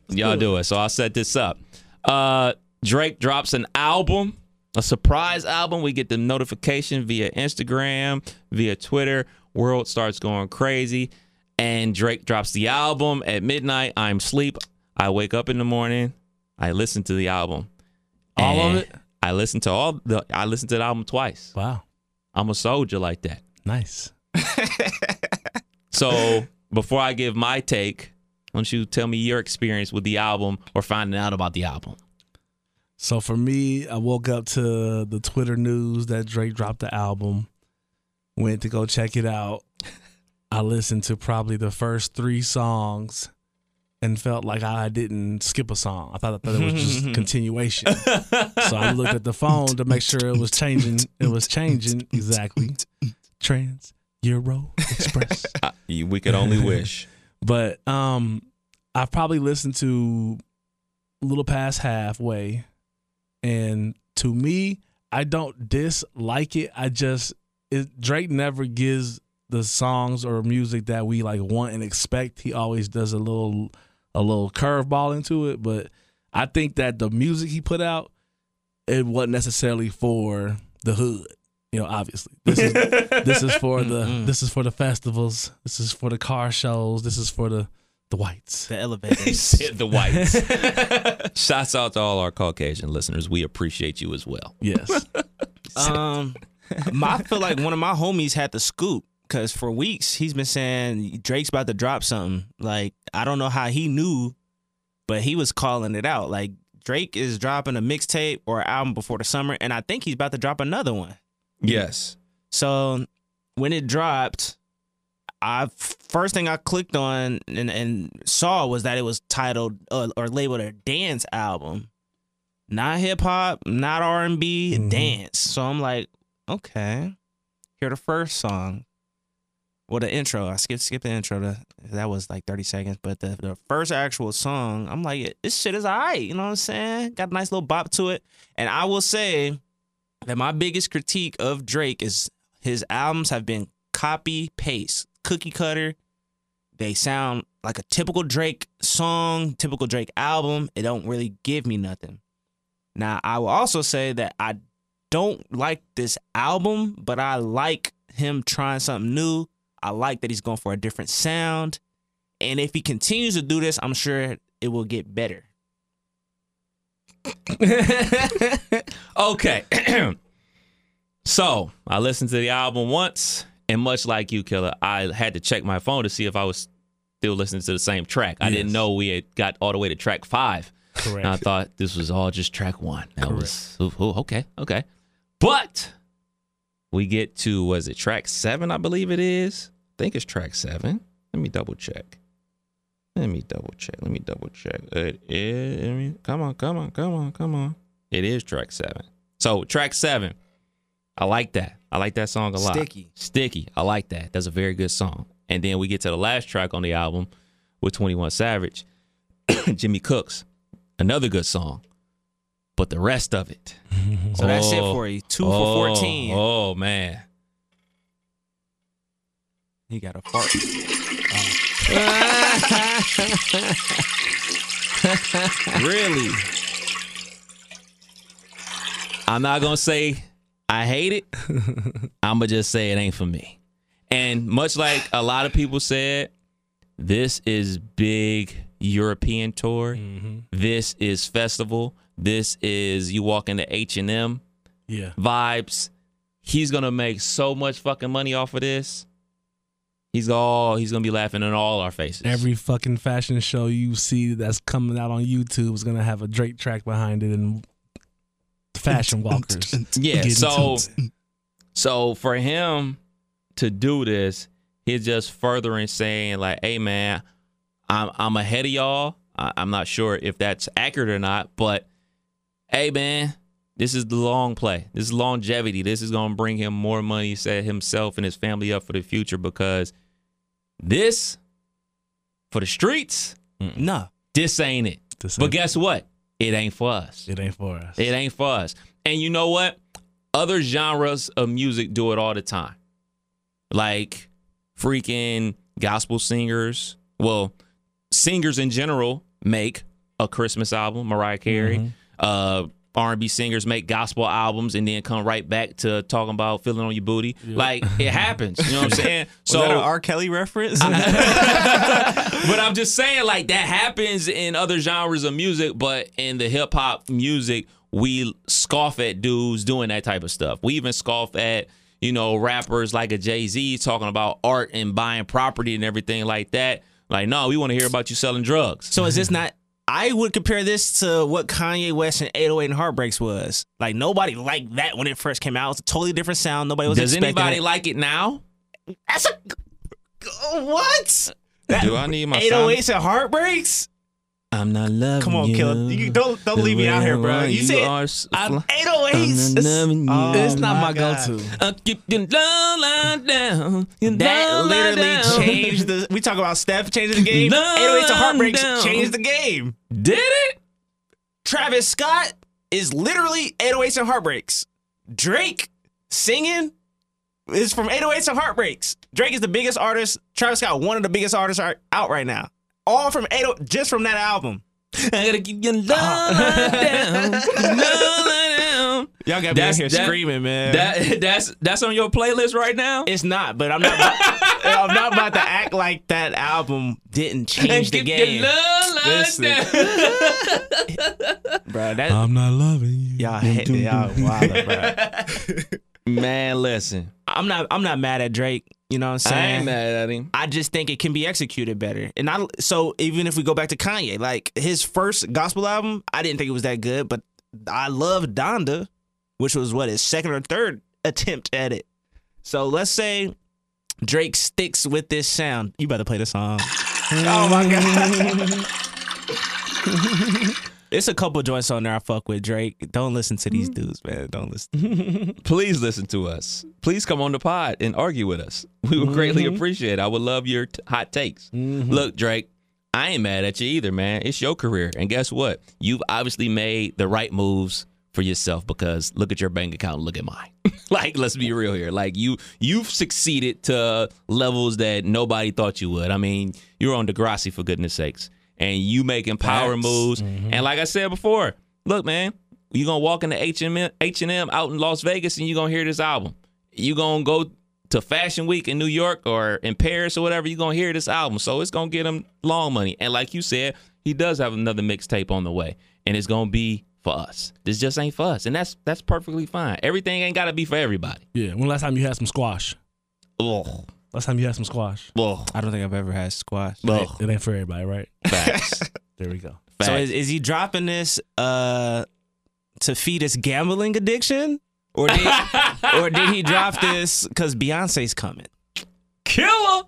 Speaker 3: Y'all do it. So I'll set this up. Uh, Drake drops an album, a surprise album. We get the notification via Instagram, via Twitter. World starts going crazy. And Drake drops the album at midnight. I'm sleep. I wake up in the morning. I listen to the album.
Speaker 4: All of
Speaker 3: And
Speaker 4: it?
Speaker 3: I listen to all the I listened to the album twice.
Speaker 4: Wow.
Speaker 3: I'm a soldier like that.
Speaker 4: Nice.
Speaker 3: So before I give my take, why don't you tell me your experience with the album or finding out about the album?
Speaker 4: So for me, I woke up to the Twitter news that Drake dropped the album. Went to go check it out. I listened to probably the first three songs and felt like I didn't skip a song. I thought I thought it was just continuation. So I looked at the phone to make sure it was changing. It was changing exactly. Trans Euro Express.
Speaker 3: We could only wish.
Speaker 4: But um I've probably listened to a little past halfway. And to me, I don't dislike it. I just it, Drake never gives the songs or music that we like want and expect. He always does a little a little curveball into it, but I think that the music he put out it wasn't necessarily for the hood. You know, obviously. This is this is for the this is for the festivals. This is for the car shows. This is for the the whites.
Speaker 5: The elevator.
Speaker 3: the whites. Shouts out to all our Caucasian listeners. We appreciate you as well.
Speaker 4: Yes.
Speaker 5: Um, my, I feel like one of my homies had the scoop because for weeks he's been saying Drake's about to drop something. Like I don't know how he knew, but he was calling it out. Like Drake is dropping a mixtape or album before the summer, and I think he's about to drop another one.
Speaker 3: Yes.
Speaker 5: So when it dropped, I first thing I clicked on and, and saw was that it was titled uh, or labeled a dance album, not hip hop, not R and B,
Speaker 4: Mhm.
Speaker 5: dance. So I'm like, okay, hear the first song. Well, the intro. I skipped skipped the intro. To, that was like 30 seconds. But the, the first actual song, I'm like, this shit is all right. You know what I'm saying? Got a nice little bop to it. And I will say that my biggest critique of Drake is his albums have been copy paste, cookie cutter. They sound like a typical Drake song, typical Drake album. It don't really give me nothing. Now, I will also say that I don't like this album, but I like him trying something new. I like that he's going for a different sound. And if he continues to do this, I'm sure it will get better.
Speaker 3: Okay. so I listened to the album once, and much like you, Killer, I had to check my phone to see if I was still listening to the same track. I didn't know we had got all the way to track five.
Speaker 4: Correct.
Speaker 3: And I thought this was all just track one. That was ooh, ooh, okay, okay. But we get to was it track seven? I believe it is. I think it's track seven. Let me double check. Let me double check. Let me double check. It is. I mean, come on, come on, come on, come on. It is track seven. So track seven. I like that. I like that song a lot.
Speaker 5: Sticky.
Speaker 3: Sticky. I like that. That's a very good song. And then we get to the last track on the album with 21 Savage, Jimmy Cooks. Another good song. But the rest of it.
Speaker 5: So that's it
Speaker 3: Oh.
Speaker 5: for you. Two
Speaker 3: Oh,
Speaker 5: for 14.
Speaker 3: Oh, man.
Speaker 5: You got a fart.
Speaker 3: really? I'm not gonna say I hate it. I'ma just say it ain't for me. And much like a lot of people said, this is big European tour.
Speaker 5: Mm-hmm.
Speaker 3: This is festival. This is you walk into H and M
Speaker 4: yeah.
Speaker 3: vibes. He's gonna make so much fucking money off of this. He's all he's gonna be laughing in all our faces.
Speaker 4: Every fucking fashion show you see that's coming out on YouTube is gonna have a Drake track behind it and fashion walkers.
Speaker 3: Yeah.
Speaker 4: Getting
Speaker 3: So,
Speaker 4: tilted.
Speaker 3: so for him to do this, he's just furthering saying like, "Hey, man, I'm I'm ahead of y'all. I, I'm not sure if that's accurate or not, but hey, man, this is the long play. This is longevity. This is gonna bring him more money, set himself and his family up for the future because this for the streets,
Speaker 5: No.
Speaker 3: this ain't it.
Speaker 4: This
Speaker 3: But
Speaker 4: ain't-
Speaker 3: guess what? it ain't for us.
Speaker 4: It ain't for us.
Speaker 3: It ain't for us. And you know what? Other genres of music do it all the time. Like freaking gospel singers. Well, singers in general make a Christmas album, Mariah Carey. Uh R&B singers make gospel albums and then come right back to talking about feeling on your booty. Like it happens, you know what I'm saying?
Speaker 5: So that an R. Kelly reference?
Speaker 3: but I'm just saying, like that happens in other genres of music, but in the hip hop music, we scoff at dudes doing that type of stuff. We even scoff at you know rappers like a Jay Z talking about art and buying property and everything like that. Like, no, we want to hear about you selling drugs.
Speaker 5: so is this not? I would compare this to what Kanye West and 808 and Heartbreaks was. Like nobody liked that when it first came out. It's a totally different sound. Nobody was
Speaker 3: Does
Speaker 5: expecting
Speaker 3: anybody
Speaker 5: it.
Speaker 3: like it now?
Speaker 5: That's a what?
Speaker 3: Do I need my
Speaker 5: 808s and Heartbreaks?
Speaker 3: I'm not loving
Speaker 5: Come on,
Speaker 3: you.
Speaker 5: Killer. You don't don't
Speaker 3: the
Speaker 5: leave me out
Speaker 3: way
Speaker 5: here, bro. You,
Speaker 3: you
Speaker 5: said
Speaker 3: are s-
Speaker 5: I'm
Speaker 3: fly-
Speaker 5: 808s.
Speaker 3: I'm loving you.
Speaker 5: Oh
Speaker 4: it's not my,
Speaker 5: God.
Speaker 4: go-to.
Speaker 3: I keep your love line down. Your
Speaker 5: That
Speaker 3: love line
Speaker 5: literally
Speaker 3: down.
Speaker 5: changed the. We talk about Steph changing the game.
Speaker 3: No,
Speaker 5: 808s to Heartbreaks
Speaker 3: no.
Speaker 5: changed the game.
Speaker 3: Did it?
Speaker 5: Travis Scott is literally 808s and Heartbreaks. Drake singing is from 808s and Heartbreaks. Drake is the biggest artist. Travis Scott, one of the biggest artists are out right now. All from 80 just from that album.
Speaker 3: I gotta keep your love line down. Love line down.
Speaker 5: Y'all got
Speaker 3: That's-
Speaker 5: me in here
Speaker 3: that-
Speaker 5: screaming, man.
Speaker 3: That that's that's on your playlist right now.
Speaker 5: It's not, but I'm not. About, I'm not about to act like that album didn't change the
Speaker 3: Keep your
Speaker 5: game,
Speaker 3: love line
Speaker 5: Listen.
Speaker 3: down.
Speaker 5: bro. That
Speaker 4: I'm not loving you.
Speaker 5: y'all hate y'all wild, bro.
Speaker 3: Man, listen.
Speaker 5: I'm not. I'm not mad at Drake. You know what I'm
Speaker 3: I
Speaker 5: saying?
Speaker 3: ain't mad at him.
Speaker 5: I just think it can be executed better. And I so even if we go back to Kanye, like his first gospel album, I didn't think it was that good, but I love Donda, which was what his second or third attempt at it. So let's say Drake sticks with this sound. You better play the song. oh my god. It's a couple joints on there I fuck with Drake. Don't listen to these dudes, man. Don't listen.
Speaker 3: Please listen to us. Please come on the pod and argue with us. We would greatly appreciate it. I would love your t- hot takes. Look, Drake, I ain't mad at you either, man. It's your career. And guess what? You've obviously made the right moves for yourself because look at your bank account and look at mine. like, let's be real here. Like you you've succeeded to levels that nobody thought you would. I mean, you're on Degrassi for goodness sakes. And you making power
Speaker 5: Facts.
Speaker 3: moves. And like I said before, look, man, you're gonna walk into H&M, H&M out in Las Vegas and you're gonna hear this album. You're gonna go to Fashion Week in New York or in Paris or whatever, you're gonna hear this album. So it's gonna get him long money. And like you said, he does have another mixtape on the way. And it's gonna be for us. This just ain't for us. And that's that's perfectly fine. Everything ain't gotta be for everybody.
Speaker 4: Yeah. When last time you had some squash?
Speaker 3: Ugh.
Speaker 4: Last time you had some squash.
Speaker 3: Ugh.
Speaker 5: I don't think I've ever had squash.
Speaker 3: Ugh.
Speaker 4: It ain't for everybody, right?
Speaker 3: Facts.
Speaker 4: There we go.
Speaker 5: So
Speaker 3: Facts.
Speaker 5: is, is he dropping this uh, to feed his gambling addiction, or did or did he drop this because Beyonce's coming?
Speaker 3: Killer.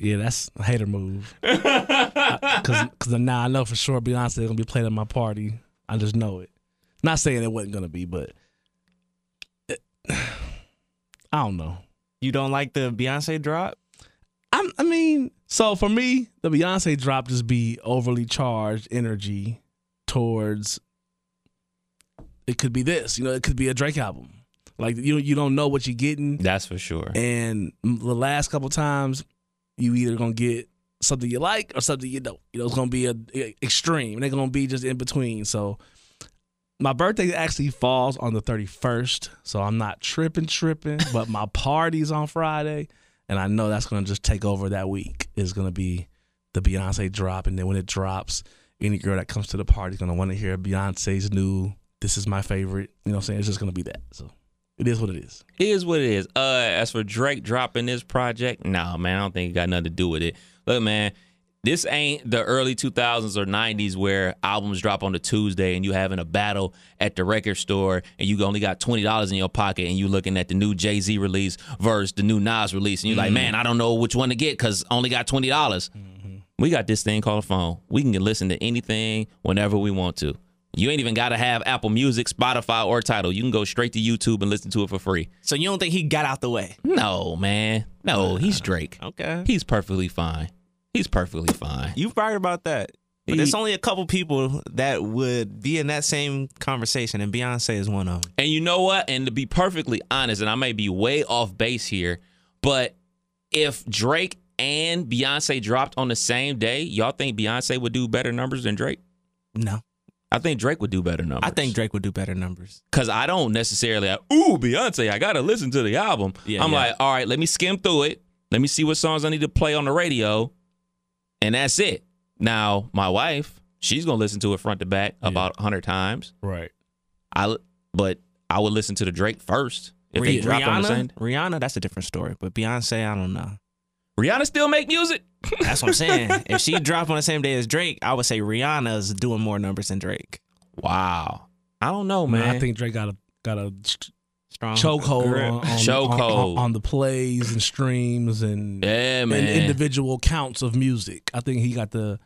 Speaker 4: Yeah, that's a hater move. Because now I know for sure Beyonce gonna be played at my party. I just know it. Not saying it wasn't gonna be, but I don't know.
Speaker 5: You don't like the Beyonce drop?
Speaker 4: I'm, I mean, so for me, the Beyonce drop just be overly charged energy towards. It could be this, you know. It could be a Drake album. Like you, you don't know what you're getting.
Speaker 3: That's for sure.
Speaker 4: And the last couple times, you either gonna get something you like or something you don't. You know, it's gonna be a, a extreme. They're gonna be just in between. So, my birthday actually falls on the thirty first, so I'm not tripping, tripping. but my party's on Friday, and I know that's gonna just take over that week. It's gonna be the Beyonce drop, and then when it drops, any girl that comes to the party's gonna want to hear Beyonce's new "This Is My Favorite." You know, what I'm saying it's just gonna be that. So, it is what it is.
Speaker 3: It is what it is. Uh, as for Drake dropping this project, nah, man, I don't think it got nothing to do with it. Look, man, this ain't the early 2000s or 90s where albums drop on the Tuesday and you having a battle at the record store and you only got twenty dollars in your pocket and you looking at the new Jay Z release versus the new Nas release and you like, man, I don't know which one to get because only got twenty dollars. We got this thing called a phone. We can listen to anything whenever we want to. You ain't even got to have Apple Music, Spotify, or Title. You can go straight to YouTube and listen to it for free.
Speaker 5: So you don't think he got out the way?
Speaker 3: No, man.
Speaker 5: Uh,
Speaker 3: No, he's Drake.
Speaker 5: Okay,
Speaker 3: He's perfectly fine. He's perfectly fine.
Speaker 5: you right about that. But there's only a couple people that would be in that same conversation, and Beyonce is one of them.
Speaker 3: And you know what? And to be perfectly honest, and I may be way off base here, but if Drake and Beyonce dropped on the same day, y'all think Beyonce would do better numbers than Drake?
Speaker 5: No,
Speaker 3: I think Drake would do better numbers.
Speaker 5: I think Drake would do better numbers.
Speaker 3: because I don't necessarily. Like, Ooh, Beyonce, I gotta listen to the album.
Speaker 5: Yeah,
Speaker 3: I'm
Speaker 5: yeah.
Speaker 3: like, all right, let me skim through it. Let me see what songs I need to play on the radio, and that's it. Now, my wife, she's gonna listen to it front to back about hundred times.
Speaker 4: Right.
Speaker 3: I, but I would listen to the Drake first if they
Speaker 5: Rih-
Speaker 3: dropped on the same.
Speaker 5: Rihanna, Rihanna, that's a different story. But Beyonce, I don't know.
Speaker 3: Rihanna still make music.
Speaker 5: That's what I'm saying. if she dropped on the same day as Drake, I would say Rihanna's doing more numbers than Drake.
Speaker 3: Wow, I don't know, man.
Speaker 4: Man, I think Drake got a got a st-
Speaker 5: Strong
Speaker 4: chokehold
Speaker 5: grip.
Speaker 4: on, on,
Speaker 3: Chokehold.
Speaker 4: on- on- on the plays and streams and
Speaker 3: yeah,
Speaker 4: and
Speaker 3: man.
Speaker 4: individual counts of music. I think he got the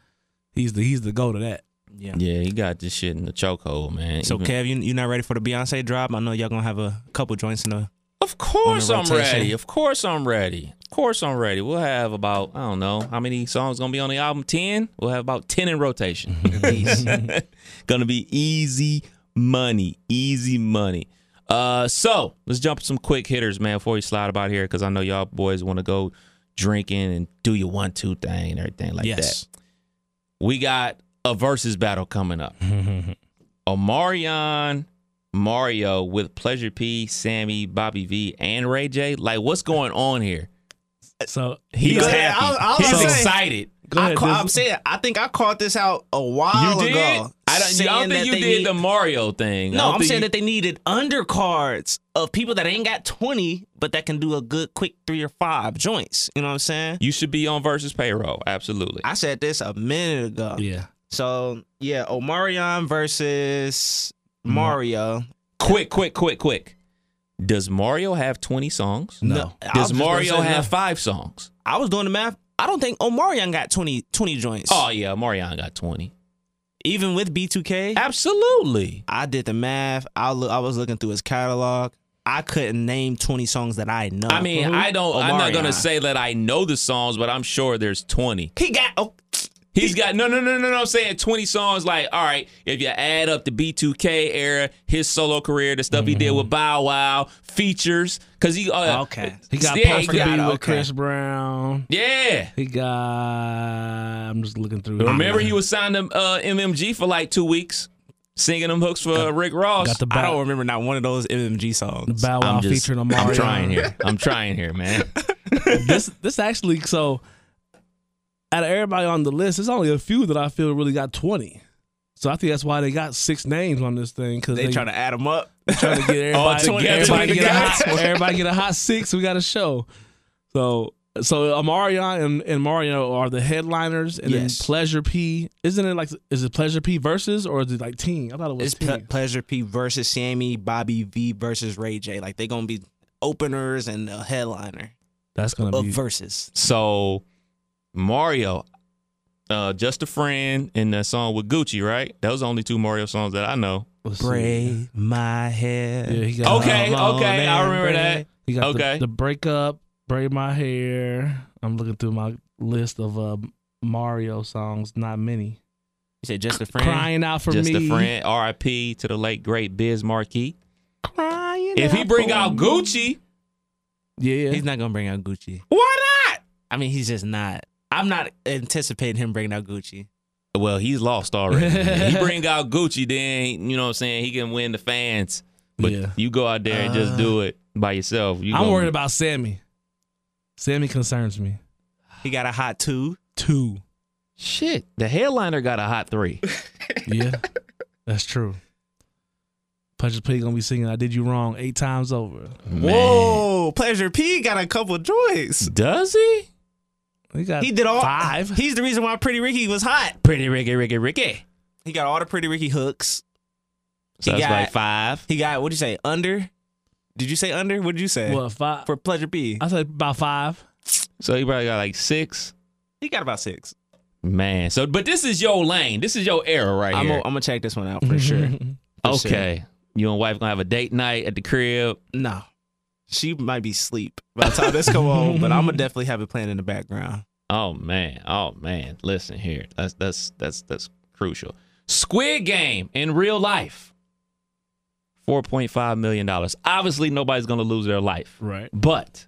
Speaker 4: he's the he's the go to that.
Speaker 5: Yeah.
Speaker 3: yeah, he got this shit in the chokehold, man.
Speaker 5: So
Speaker 3: Even-
Speaker 5: Kev, you you not ready for the Beyonce drop? I know y'all gonna have a couple joints in the.
Speaker 3: Of course
Speaker 5: on
Speaker 3: I'm
Speaker 5: the rotation.
Speaker 3: ready. Of course I'm ready. Of course I'm ready. We'll have about I don't know how many songs gonna be on the album. Ten. We'll have about ten in rotation. gonna be easy money. Easy money. Uh, so let's jump some quick hitters, man, before we slide about here, because I know y'all boys want to go drinking and do your one two thing and everything like
Speaker 5: yes.
Speaker 3: that. We got a versus battle coming up. Omarion, Mario with Pleasure P, Sammy, Bobby V, and Ray J. Like, what's going on here?
Speaker 4: So
Speaker 3: He's
Speaker 5: Go ahead.
Speaker 3: happy.
Speaker 5: I was- I was
Speaker 3: He's
Speaker 5: saying-
Speaker 3: excited.
Speaker 4: go ahead.
Speaker 5: I
Speaker 4: Dizzle.
Speaker 5: am saying I think I called this out a while
Speaker 3: you did.
Speaker 5: ago.
Speaker 3: I don't, I don't
Speaker 5: saying that
Speaker 3: think you
Speaker 5: they
Speaker 3: did
Speaker 5: need-
Speaker 3: the Mario thing. I
Speaker 5: No,
Speaker 3: don't
Speaker 5: I'm
Speaker 3: think
Speaker 5: saying
Speaker 3: you-
Speaker 5: that they needed undercards of people that ain't got 20, but that can do a good quick three or five joints. You know what I'm saying?
Speaker 3: you should be on versus payroll. Absolutely.
Speaker 5: I said this a minute ago.
Speaker 4: yeah,
Speaker 5: So yeah, Omarion versus
Speaker 3: Mm-hmm.
Speaker 5: Mario.
Speaker 3: quick, quick, quick, quick. Does Mario have 20 songs?
Speaker 4: No.
Speaker 5: I was
Speaker 3: Does
Speaker 5: just
Speaker 3: Mario
Speaker 5: gonna say,
Speaker 3: have
Speaker 5: no.
Speaker 3: five songs?
Speaker 5: I was doing the math. I don't think Omarion got 20, 20 joints.
Speaker 3: Oh, yeah. Marion got 20.
Speaker 5: even with B2K,
Speaker 3: Absolutely.
Speaker 5: I did the math. I look, I was looking through his catalog. I couldn't name twenty songs that I know.
Speaker 3: I mean, I
Speaker 5: Oh,
Speaker 3: don't. I'm not gonna
Speaker 5: Omarion.
Speaker 3: say that I know the songs, but I'm sure there's 20.
Speaker 5: he got. Oh,
Speaker 3: He's got no, no, no, no, no. I'm saying 20 songs. Like, all right, if you add up the B2K era, his solo career, the stuff he did with Bow Wow, features, because he uh,
Speaker 5: Mm-hmm. okay.
Speaker 4: he got
Speaker 3: Yeah, he
Speaker 4: Puff to
Speaker 3: got-
Speaker 4: be with
Speaker 5: okay.
Speaker 4: Chris Brown.
Speaker 3: yeah.
Speaker 4: He got. I'm just looking through.
Speaker 3: Remember, he was signed to uh, MMG for like two weeks, singing them hooks for uh, Rick Ross.
Speaker 4: got the
Speaker 5: I
Speaker 4: bow,
Speaker 5: don't remember not one of those MMG songs.
Speaker 4: bow wow
Speaker 3: I'm just-
Speaker 4: featuring Omarion.
Speaker 3: I'm trying here. I'm trying here, man.
Speaker 4: this this actually so out of everybody on the list, there's only a few that I feel really got twenty. So I think that's why they got six names on this thing because
Speaker 5: They Oh, trying to add them up.
Speaker 4: trying to get
Speaker 3: All
Speaker 4: everybody,
Speaker 3: together.
Speaker 4: everybody, get a hot,
Speaker 3: Together.
Speaker 4: everybody get a hot six. We got a show. So so Amarion and, and Mario are the headliners, and
Speaker 5: Yes.
Speaker 4: then Pleasure P. Isn't it like is it Pleasure P versus or is it like team? I thought it was
Speaker 5: It's
Speaker 4: team.
Speaker 5: Ple- Pleasure P versus Sammy, Bobby V versus Ray J. Like they gonna be openers and a headliner
Speaker 4: that's gonna
Speaker 5: of
Speaker 4: be
Speaker 5: verses.
Speaker 3: So, Mario, uh, just a friend, and that song with Gucci, right? Those was the only two Mario songs that I know.
Speaker 4: let's see.
Speaker 5: Braid my hair.
Speaker 4: Yeah, he got
Speaker 3: Okay,
Speaker 5: Come on
Speaker 3: okay, I
Speaker 5: and
Speaker 3: remember that.
Speaker 5: braid.
Speaker 4: He got
Speaker 3: Okay.
Speaker 4: the, the breakup, braid my hair. I'm looking through my list of uh, Mario songs. Not many.
Speaker 5: You said just a friend.
Speaker 4: Crying out for
Speaker 3: just
Speaker 4: me.
Speaker 3: a friend. R.I.P. to the late great Biz Markie.
Speaker 5: Crying
Speaker 3: If he bring
Speaker 5: for
Speaker 3: out
Speaker 5: me.
Speaker 3: Gucci,
Speaker 4: Yeah.
Speaker 5: he's not gonna bring out Gucci.
Speaker 3: why not?
Speaker 5: I mean, he's just not. I'm not anticipating him bringing out Gucci.
Speaker 3: Well, he's lost already. he bring out Gucci, then you know what I'm saying. He can win the fans, but
Speaker 4: Yeah. Uh,
Speaker 3: you go out there and just do it by yourself. You
Speaker 4: I'm
Speaker 3: gonna-
Speaker 4: worried about Sammy. Sammy concerns me.
Speaker 5: He got a hot two.
Speaker 4: Two.
Speaker 3: shit. The headliner got a hot three.
Speaker 4: Yeah. that's true. Pleasure P gonna be singing "I Did You Wrong" eight times over.
Speaker 3: Man.
Speaker 5: Oh, Pleasure P got a couple joints.
Speaker 3: Does he?
Speaker 4: He got
Speaker 5: He did all
Speaker 4: five.
Speaker 5: He's the reason why Pretty Ricky was hot.
Speaker 3: Pretty Ricky Ricky Ricky.
Speaker 5: He got all the Pretty Ricky hooks.
Speaker 3: So
Speaker 5: He
Speaker 3: that's
Speaker 5: got-
Speaker 3: like five.
Speaker 5: He got what'd you say? Under? Did you say under? What did you say?
Speaker 4: What five?
Speaker 5: For Pleasure P,
Speaker 4: I said about five.
Speaker 3: So he probably got like six.
Speaker 5: he got about six.
Speaker 3: Man. So but this is your lane. This is your era right
Speaker 5: I'm
Speaker 3: here.
Speaker 5: gonna check this one out for sure. for sure.
Speaker 3: okay. You and wife gonna have a date night at the crib.
Speaker 5: No, she might be asleep by the time this come on, but I'm gonna definitely have it playing in the background.
Speaker 3: Oh man, oh man. Listen here. That's that's that's that's crucial. Squid Game in real life. Four point five million dollars. Obviously, nobody's gonna lose their life.
Speaker 4: Right.
Speaker 3: But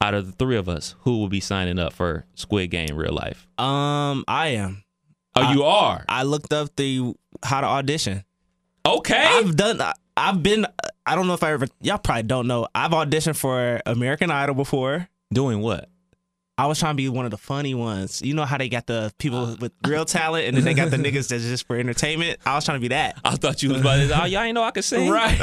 Speaker 3: out of the three of us, who will be signing up for Squid Game real life?
Speaker 5: Um, I am.
Speaker 3: Oh, you are.
Speaker 5: I looked up the how to audition.
Speaker 3: okay.
Speaker 5: I've done. I- I've been. I don't know if I ever. Y'all probably don't know. I've auditioned for American Idol before.
Speaker 3: Doing what?
Speaker 5: I was trying to be one of the funny ones. You know how they got the
Speaker 4: Uh.
Speaker 5: people with real talent, and then they got the niggas that's just for entertainment. I was trying to be that.
Speaker 3: I thought you was about to. Oh, y'all ain't know I could sing.
Speaker 4: Right.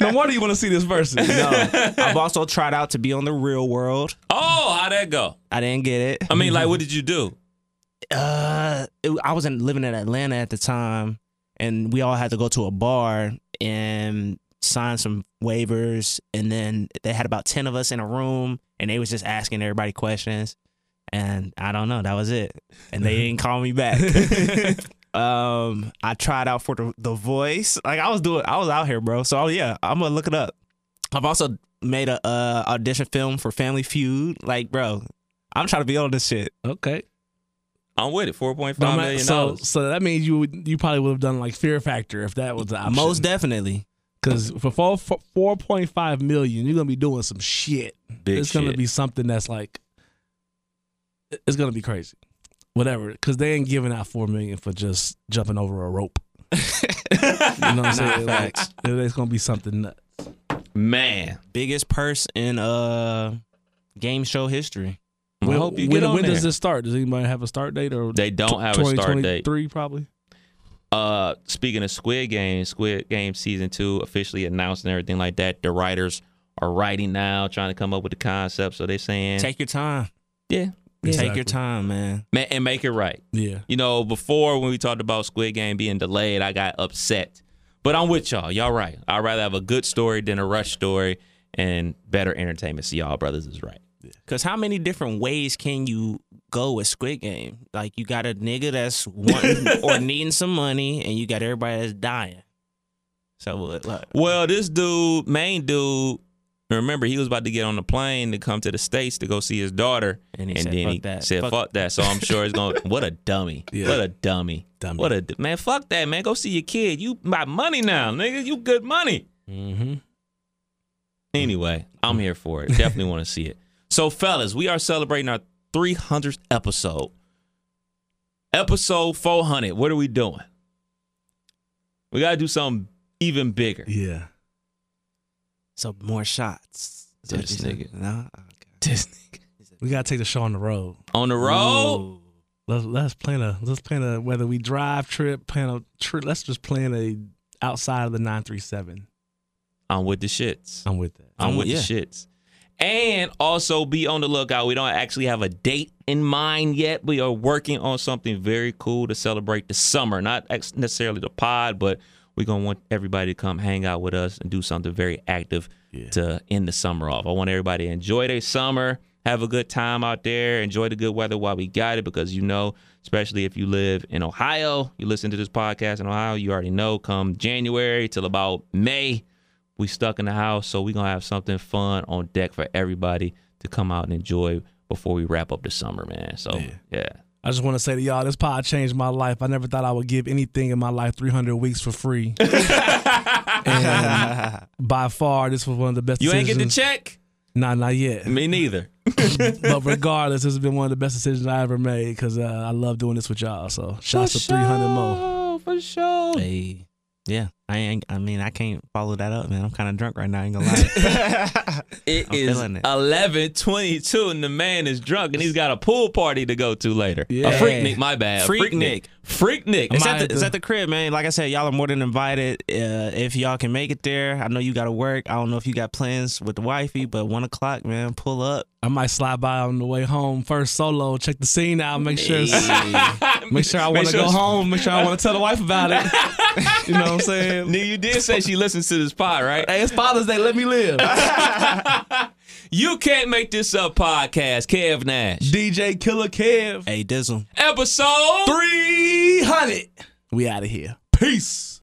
Speaker 4: no wonder you want to see this person.
Speaker 5: No, I've also tried out to be on the Real World.
Speaker 3: Oh, how'd that go?
Speaker 5: I didn't get it.
Speaker 3: I mean, like, what did you do?
Speaker 5: uh, it, I wasn't living in Atlanta at the time, and we all had to go to a bar and sign some waivers, and then they had about ten of us in a room, and they was just asking everybody questions, and I don't know, that was it, and they didn't call me back. um, I tried out for the, the voice, like I was doing, I was out here, bro. So yeah, I'm gonna look it up. I've also made a uh, audition film for Family Feud, like bro. I'm trying to be on this shit.
Speaker 4: Okay.
Speaker 3: I'm with it. Four point five
Speaker 4: No, man,
Speaker 3: million
Speaker 4: so,
Speaker 3: dollars.
Speaker 4: so that means you would, you probably would have done like Fear Factor if that was the option.
Speaker 5: Most definitely.
Speaker 4: because for four four point five million, you're gonna be doing some shit.
Speaker 3: Big
Speaker 4: it's gonna
Speaker 3: shit.
Speaker 4: be something that's like, it's gonna be crazy. Whatever, because they ain't giving out four million for just jumping over a rope. you know what I'm saying? Like, there's gonna be something nuts.
Speaker 3: Man,
Speaker 5: biggest purse in uh game show history.
Speaker 3: I hope you
Speaker 4: when
Speaker 3: get on
Speaker 4: when
Speaker 3: there.
Speaker 4: does this start? Does anybody have a start date or
Speaker 3: They don't have a start date.
Speaker 4: 2023 probably.
Speaker 3: Uh, speaking of Squid Game, Squid Game season two officially announced and everything like that. The writers are writing now, trying to come up with the concept. So they saying,
Speaker 5: Take your time.
Speaker 3: yeah,
Speaker 5: Take your time, man.
Speaker 3: man, and make it right.
Speaker 4: Yeah.
Speaker 3: You know, before when we talked about Squid Game being delayed, I got upset. But I'm with y'all. Y'all right. I'd rather have a good story than a rush story and better entertainment. So y'all brothers is right.
Speaker 5: Cause how many different ways can you go with Squid Game? Like you got a nigga that's wanting or needing some money, and you got everybody that's dying. So what? Like,
Speaker 3: Well, this dude, main dude, remember he was about to get on the plane to come to the states to go see his daughter,
Speaker 5: And he said,
Speaker 3: then
Speaker 5: "Fuck
Speaker 3: he
Speaker 5: that.
Speaker 3: said,
Speaker 5: Fuck-
Speaker 3: "Fuck, that." So I'm sure it's going. to What a dummy!
Speaker 4: Yeah.
Speaker 3: What a dummy!
Speaker 4: Dummy.
Speaker 3: What a d- man! Fuck that, man! Go see your kid. You my money now, nigga. You good money.
Speaker 5: mm-hmm.
Speaker 3: Anyway, I'm here for it. Definitely want to see it. So, fellas, we are celebrating our 300th episode. Episode 400. What are we doing? We got to do something even bigger.
Speaker 4: Yeah.
Speaker 5: So more shots. So
Speaker 3: This
Speaker 5: you said- Oh,
Speaker 3: nigga.
Speaker 5: No.
Speaker 3: Disney.
Speaker 4: We gotta take the show on the road.
Speaker 3: On the road.
Speaker 5: Ooh.
Speaker 4: Let's let's plan a let's plan a whether we drive trip plan a trip. Let's just plan a outside of the nine three seven.
Speaker 3: I'm with the shits.
Speaker 4: I'm with that.
Speaker 3: I'm with
Speaker 5: yeah.
Speaker 3: the shits. And also be on the lookout. We don't actually have a date in mind yet. We are working on something very cool to celebrate the summer. Not ex- necessarily the pod, but we're going to want everybody to come hang out with us and do something very active to end the summer off. I want everybody to enjoy their summer, have a good time out there, enjoy the good weather while we got it, because you know, especially if you live in Ohio, you listen to this podcast in Ohio, you already know come January till about May we stuck in the house, so we gonna have something fun on deck for everybody to come out and enjoy before we wrap up the summer, man. So yeah,
Speaker 4: I just want to say to y'all, this pod changed my life. I never thought I would give anything in my life 300 weeks for free. and by far, this was one of the best.
Speaker 3: you ain't get the
Speaker 4: decisions.
Speaker 3: check.
Speaker 4: Nah, not yet.
Speaker 3: Me neither.
Speaker 4: but regardless, this has been one of the best decisions I ever made because uh, I love doing this with y'all. So shouts to 300 more.
Speaker 3: for sure.
Speaker 5: Hey. Yeah, I ain't. I mean, I can't follow that up, man. I'm kind of drunk right now. I ain't gonna lie.
Speaker 3: It
Speaker 5: I'm
Speaker 3: is
Speaker 5: feeling it.
Speaker 3: eleven twenty two, and the man is drunk, and he's got a pool party to go to later. A
Speaker 4: Yeah.
Speaker 3: freaknik, my bad.
Speaker 5: Freaknik.
Speaker 3: Freaknik. Freaknik.
Speaker 5: It's
Speaker 3: My-
Speaker 5: at, the, it's at the crib, man. Like I said, y'all are more than invited. Uh, if y'all can make it there, I know you got to work. I don't know if you got plans with the wifey, but one o'clock, man, pull up.
Speaker 4: I might slide by on the way home first solo, check the scene out, make sure it's- make sure I want to
Speaker 3: sure
Speaker 4: go
Speaker 3: it's-
Speaker 4: home, make sure I want to tell the wife about it. you know what I'm saying?
Speaker 3: Nigga, you did say she listens to this pod, right?
Speaker 4: Hey, it's Father's Day. Let me live.
Speaker 3: You can't make this up podcast, Kev Nash.
Speaker 4: DJ Killer Kev.
Speaker 5: Hey, Dizzle.
Speaker 3: Episode 300.
Speaker 4: We out of here. Peace.